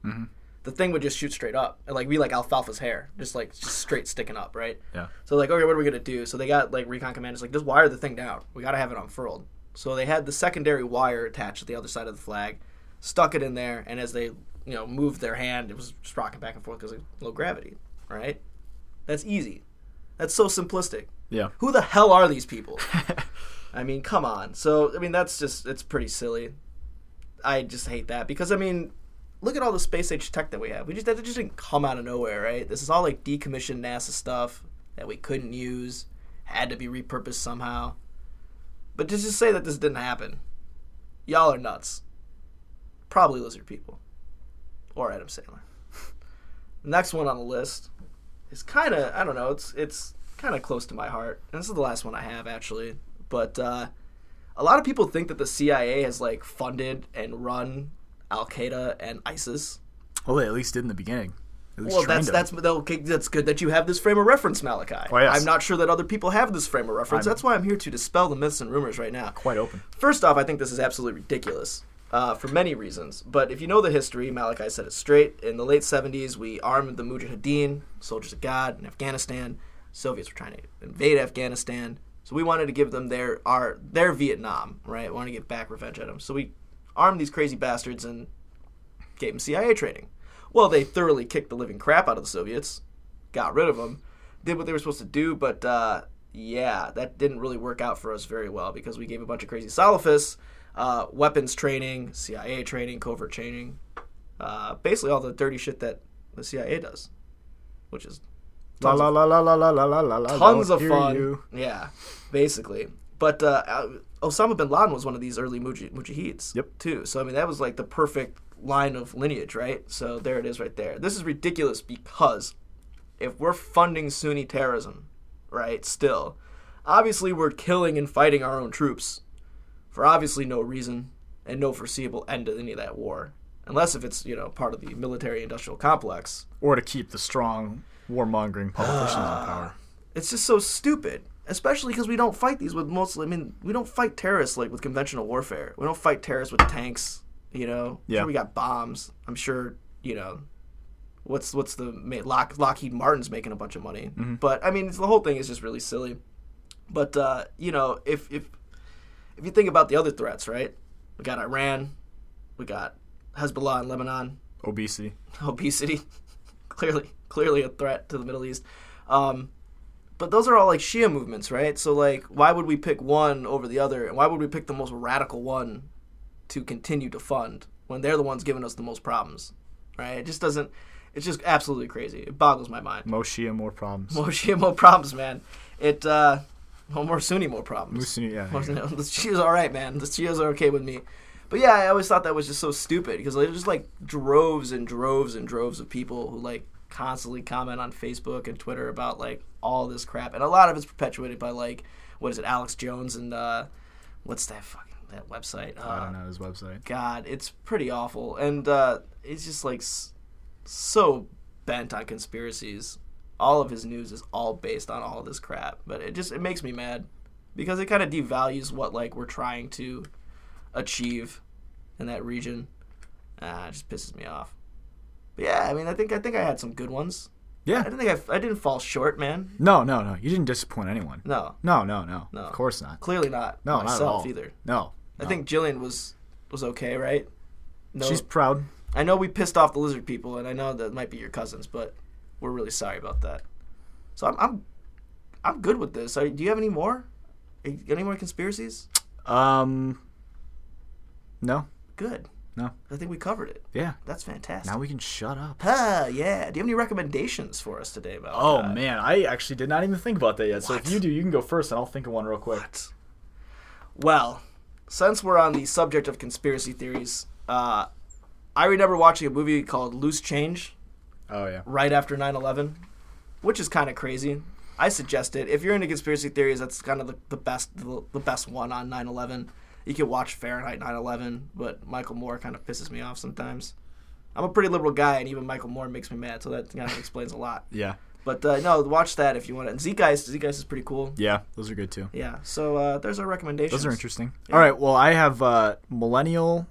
Speaker 2: the thing would just shoot straight up, and like be like alfalfa's hair, just like just straight sticking up, right?
Speaker 3: Yeah.
Speaker 2: So like, okay, what are we gonna do? So they got like recon commanders like just wire the thing down. We gotta have it unfurled. So they had the secondary wire attached to the other side of the flag, stuck it in there, and as they you know moved their hand, it was just rocking back and forth because of low gravity, right? That's easy. That's so simplistic.
Speaker 3: Yeah.
Speaker 2: Who the hell are these people? I mean, come on. So I mean, that's just it's pretty silly. I just hate that because I mean, look at all the space age tech that we have. We just that just didn't come out of nowhere, right? This is all like decommissioned NASA stuff that we couldn't use, had to be repurposed somehow. But to just say that this didn't happen, y'all are nuts. Probably lizard people, or Adam Sandler. [LAUGHS] Next one on the list is kind of I don't know. It's it's kind of close to my heart, and this is the last one I have actually. But uh, a lot of people think that the CIA has like funded and run Al Qaeda and ISIS.
Speaker 3: Well, they at least did in the beginning. At least
Speaker 2: Well,
Speaker 3: trained
Speaker 2: that's
Speaker 3: them.
Speaker 2: that's okay, that's good that you have this frame of reference, Malachi.
Speaker 3: Well, Oh, yes.
Speaker 2: I'm not sure that other people have this frame of reference.
Speaker 3: I'm-
Speaker 2: that's why I'm here to dispel the myths and rumors right now.
Speaker 3: quite open.
Speaker 2: First off, I think this is absolutely ridiculous uh, for many reasons. But if you know the history, Malachi said it straight. In the late 70s, we armed the Mujahideen, soldiers of God, in Afghanistan. Soviets were trying to invade Afghanistan, so we wanted to give them their our their Vietnam, right? We wanted to get back revenge at them. So we armed these crazy bastards and gave them CIA training. Well, they thoroughly kicked the living crap out of the Soviets, got rid of them, did what they were supposed to do, but uh, yeah, that didn't really work out for us very well because we gave a bunch of crazy Salafists uh, weapons training, CIA training, covert training, uh, basically all the dirty shit that the CIA does, which is
Speaker 3: La
Speaker 2: tons
Speaker 3: la
Speaker 2: of-
Speaker 3: la la la la la la la la.
Speaker 2: tons
Speaker 3: don't
Speaker 2: of
Speaker 3: hear
Speaker 2: fun.
Speaker 3: you.
Speaker 2: Yeah, basically. But uh, uh, Osama bin Laden was one of these early muji- mujahids.
Speaker 3: Yep.
Speaker 2: Too. So I mean, that was like the perfect line of lineage, right? So there it is, right there. This is ridiculous because if we're funding Sunni terrorism, right? Still, obviously we're killing and fighting our own troops for obviously no reason and no foreseeable end to any of that war, unless if it's you know part of the military-industrial complex.
Speaker 3: Or to keep the strong
Speaker 2: [SIGHS]
Speaker 3: warmongering politicians in power.
Speaker 2: it's just so stupid especially because we don't fight these with mostly i mean we don't fight terrorists like with conventional warfare we don't fight terrorists with tanks you know I'm
Speaker 3: Yeah.
Speaker 2: sure we got bombs i'm sure you know what's what's the ma- Lock, lockheed martin's making a bunch of money but i mean it's, the whole thing is just really silly but uh, you know if if if you think about the other threats right we got iran we got hezbollah in lebanon
Speaker 3: Obesity.
Speaker 2: obesity [LAUGHS] clearly clearly a threat to the middle east um, but those are all like shia movements right so like why would we pick one over the other and why would we pick the most radical one to continue to fund when they're the ones giving us the most problems right it just doesn't it's just absolutely crazy it boggles my mind
Speaker 3: Most Shia, more problems.
Speaker 2: [LAUGHS] more shia more problems man it uh well, more sunni more problems [LAUGHS]
Speaker 3: Mussolini, yeah,
Speaker 2: Most-
Speaker 3: yeah.
Speaker 2: no, the Shias are all right, man. The Shias are okay with me. But yeah, I always thought that was just so stupid because there's just like droves and droves and droves of people who like constantly comment on Facebook and Twitter about like all this crap, and a lot of it's perpetuated by like what is it, Alex Jones and uh, what's that fucking that website? Uh,
Speaker 3: I don't know his website.
Speaker 2: God, it's pretty awful, and uh, it's just like s- so bent on conspiracies. All of his news is all based on all this crap, but it just it makes me mad because it kind of devalues what like we're trying to achieve in that region. Ah, it just pisses me off. But yeah, I mean, I think I think I had some good ones. I
Speaker 3: Yeah.
Speaker 2: didn't think I, I didn't fall short, man.
Speaker 3: No, no, no. You didn't disappoint anyone.
Speaker 2: No,
Speaker 3: No, no, no.
Speaker 2: No.
Speaker 3: Of course not.
Speaker 2: clearly not.
Speaker 3: No,
Speaker 2: myself
Speaker 3: not at all.
Speaker 2: either.
Speaker 3: No.
Speaker 2: I
Speaker 3: no.
Speaker 2: think Jillian was was okay, right? No,
Speaker 3: she's proud.
Speaker 2: I know we pissed off the lizard people, and I know that might be your cousins, but we're really sorry about that. So I'm, I'm, I'm good with this. Are, do you have any more? Any any more conspiracies?
Speaker 3: Um. No.
Speaker 2: Good.
Speaker 3: No.
Speaker 2: I think we covered it.
Speaker 3: Yeah.
Speaker 2: That's fantastic.
Speaker 3: Now we can shut up.
Speaker 2: Ah, yeah. Do you have any recommendations for us today, Mel?
Speaker 3: Oh
Speaker 2: Uh,
Speaker 3: man, I actually did not even think about that yet. So if
Speaker 2: What?
Speaker 3: you do, you can go first, and I'll think of one real quick.
Speaker 2: What? Well, since we're on the subject of conspiracy theories, uh, I remember watching a movie called Loose Change
Speaker 3: Oh yeah.
Speaker 2: right after 9 11, which is kind of crazy. I suggest it. If you're into conspiracy theories, that's kind of the, the best the, the best one on 9 11. You can watch Fahrenheit 9 11, but Michael Moore kind of pisses me off sometimes. I'm a pretty liberal guy, and even Michael Moore makes me mad, so that
Speaker 3: [LAUGHS]
Speaker 2: kind of explains a lot.
Speaker 3: Yeah.
Speaker 2: But uh, no, watch that if you want to. And Zeitgeist, Zeitgeist is pretty cool.
Speaker 3: Yeah. Those are good too.
Speaker 2: Yeah, so uh, there's our recommendations.
Speaker 3: Those are interesting. All right. Well, I have uh, millennial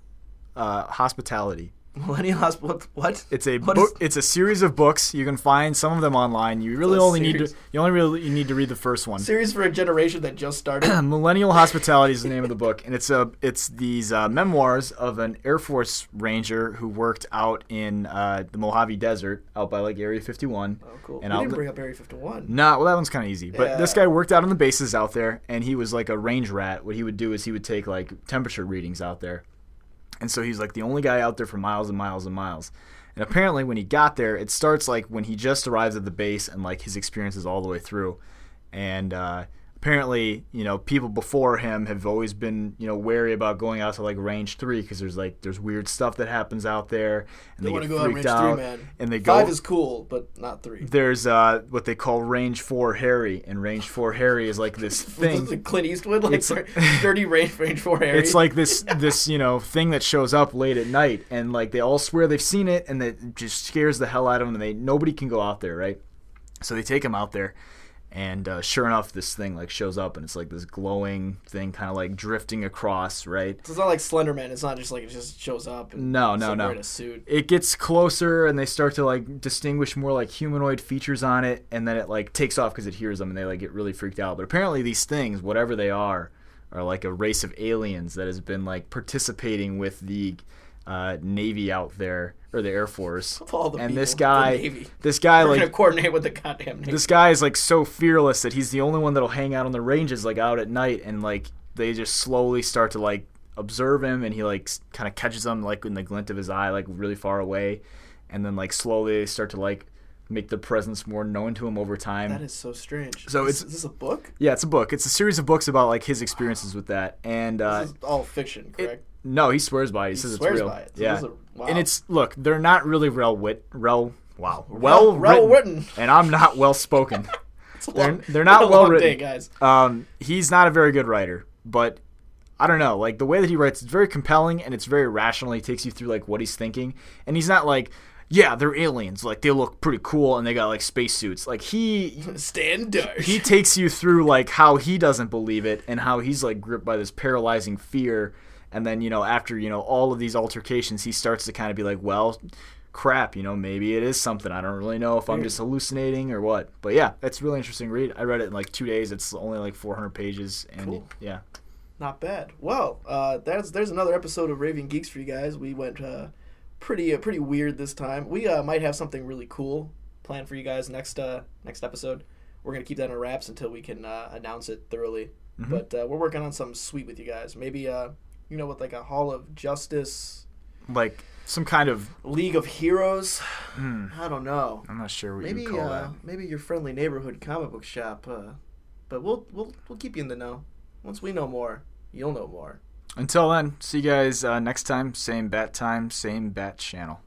Speaker 3: uh, hospitality.
Speaker 2: Millennial Hospital. What?
Speaker 3: It's a
Speaker 2: What
Speaker 3: book.
Speaker 2: is-
Speaker 3: It's a series of books. You can find some of them online. You really
Speaker 2: a
Speaker 3: only need
Speaker 2: series.
Speaker 3: to. You only really need to read the first one.
Speaker 2: series for a generation that just
Speaker 3: [COUGHS]
Speaker 2: started.
Speaker 3: Millennial Hospitality is the name of the book, and it's a it's these uh, memoirs of an Air Force Ranger who worked out in uh, the Mojave Desert, out by like Area 51.
Speaker 2: oh, cool.
Speaker 3: And
Speaker 2: we
Speaker 3: out
Speaker 2: didn't
Speaker 3: the-
Speaker 2: bring up Area 51.
Speaker 3: Nah, well, that one's kind of easy. But this
Speaker 2: Yeah.
Speaker 3: guy worked out on the bases out there, and he was like a range rat. What he would do is he would take like temperature readings out there, and so he's like the only guy out there for miles and miles and miles. And apparently, when he got there, it starts like when he just arrives at the base and like his experiences all the way through. And uh, apparently, you know, people before him have always been you know wary about going out to like range three because there's like there's weird stuff that happens out there, and they,
Speaker 2: wanna
Speaker 3: get
Speaker 2: go out
Speaker 3: freaked
Speaker 2: range three,
Speaker 3: out,
Speaker 2: man.
Speaker 3: and they go
Speaker 2: Five is cool, but not three. [LAUGHS]
Speaker 3: there's uh, what they call range four Harry, and range four Harry is like this
Speaker 2: Was this the
Speaker 3: thing.
Speaker 2: Clint Eastwood, like
Speaker 3: [LAUGHS] It's-
Speaker 2: dirty range range for Harry.
Speaker 3: It's like this this you know thing that shows up late at night, and like they all swear they've seen it, and it just scares the hell out of them. And they nobody can go out there, right? So they take him out there, and uh, sure enough, this thing like shows up, and it's like this glowing thing, kind of like drifting across, right?
Speaker 2: So it's not like Slenderman. It's not just like it just shows up. And
Speaker 3: No, no,
Speaker 2: someone
Speaker 3: no.
Speaker 2: In a suit.
Speaker 3: it gets closer and they start to like distinguish more like humanoid features on it and then it like takes off because it hears them and they like get really freaked out but apparently these things whatever they are are like a race of aliens that has been like participating with the uh, navy out there or the air force
Speaker 2: Of all the
Speaker 3: and
Speaker 2: people,
Speaker 3: this
Speaker 2: the
Speaker 3: guy
Speaker 2: Navy.
Speaker 3: this guy
Speaker 2: We're
Speaker 3: like
Speaker 2: gonna coordinate with the goddamn name.
Speaker 3: this guy is like so fearless that he's the only one that'll hang out on the ranges like out at night and like they just slowly start to like observe him and he like kind of catches them like in the glint of his eye like really far away and then like slowly they start to like make their presence more known to him over time
Speaker 2: That is so strange.
Speaker 3: So
Speaker 2: Is-
Speaker 3: it's-
Speaker 2: is this a book?
Speaker 3: yeah it's a book it's a series of books about like his experiences with that and uh
Speaker 2: This is all fiction, correct?
Speaker 3: no, he swears by it. He, says
Speaker 2: swears
Speaker 3: it's real.
Speaker 2: by it. So
Speaker 3: yeah,
Speaker 2: those are- wow.
Speaker 3: and it's look, they're not really well wit, well, wow, well,
Speaker 2: well
Speaker 3: written,
Speaker 2: written.
Speaker 3: and I'm not
Speaker 2: [LAUGHS]
Speaker 3: well spoken.
Speaker 2: It's a
Speaker 3: they're,
Speaker 2: long-
Speaker 3: they're not
Speaker 2: a
Speaker 3: well
Speaker 2: long
Speaker 3: written,
Speaker 2: day, guys.
Speaker 3: Um, he's not a very good writer, but I don't know. Like the way that he writes, it's very compelling and it's very rational. He takes you through like what he's thinking, and he's not like, yeah, they're aliens. Like they look pretty cool and they got like spacesuits. Like he
Speaker 2: Stand dark.
Speaker 3: he takes you through like how he doesn't believe it and how he's like gripped by this paralyzing fear and then you know after you know all of these altercations he starts to kind of be like well crap you know maybe it is something i don't really know if i'm just hallucinating or what but yeah it's a really interesting read i read it in like two days it's only like 400 pages and
Speaker 2: Cool.
Speaker 3: yeah
Speaker 2: Not bad. Well, uh, that's there's another episode of Raving Geeks for you guys. We went uh, pretty uh, pretty weird this time. We uh, might have something really cool planned for you guys next uh, next episode. We're gonna keep that in wraps until we can uh, announce it thoroughly. But uh, we're working on something sweet with you guys. Maybe uh, you know, with like a Hall of Justice,
Speaker 3: like some kind of
Speaker 2: League of Heroes. Hmm. I don't know.
Speaker 3: i'm not sure what
Speaker 2: Maybe
Speaker 3: you would call
Speaker 2: uh,
Speaker 3: that
Speaker 2: maybe your friendly neighborhood comic book shop. Uh, but we'll we'll we'll keep you in the know. Once we know more, you'll know more.
Speaker 3: until then see you guys uh, next time same bat time same bat channel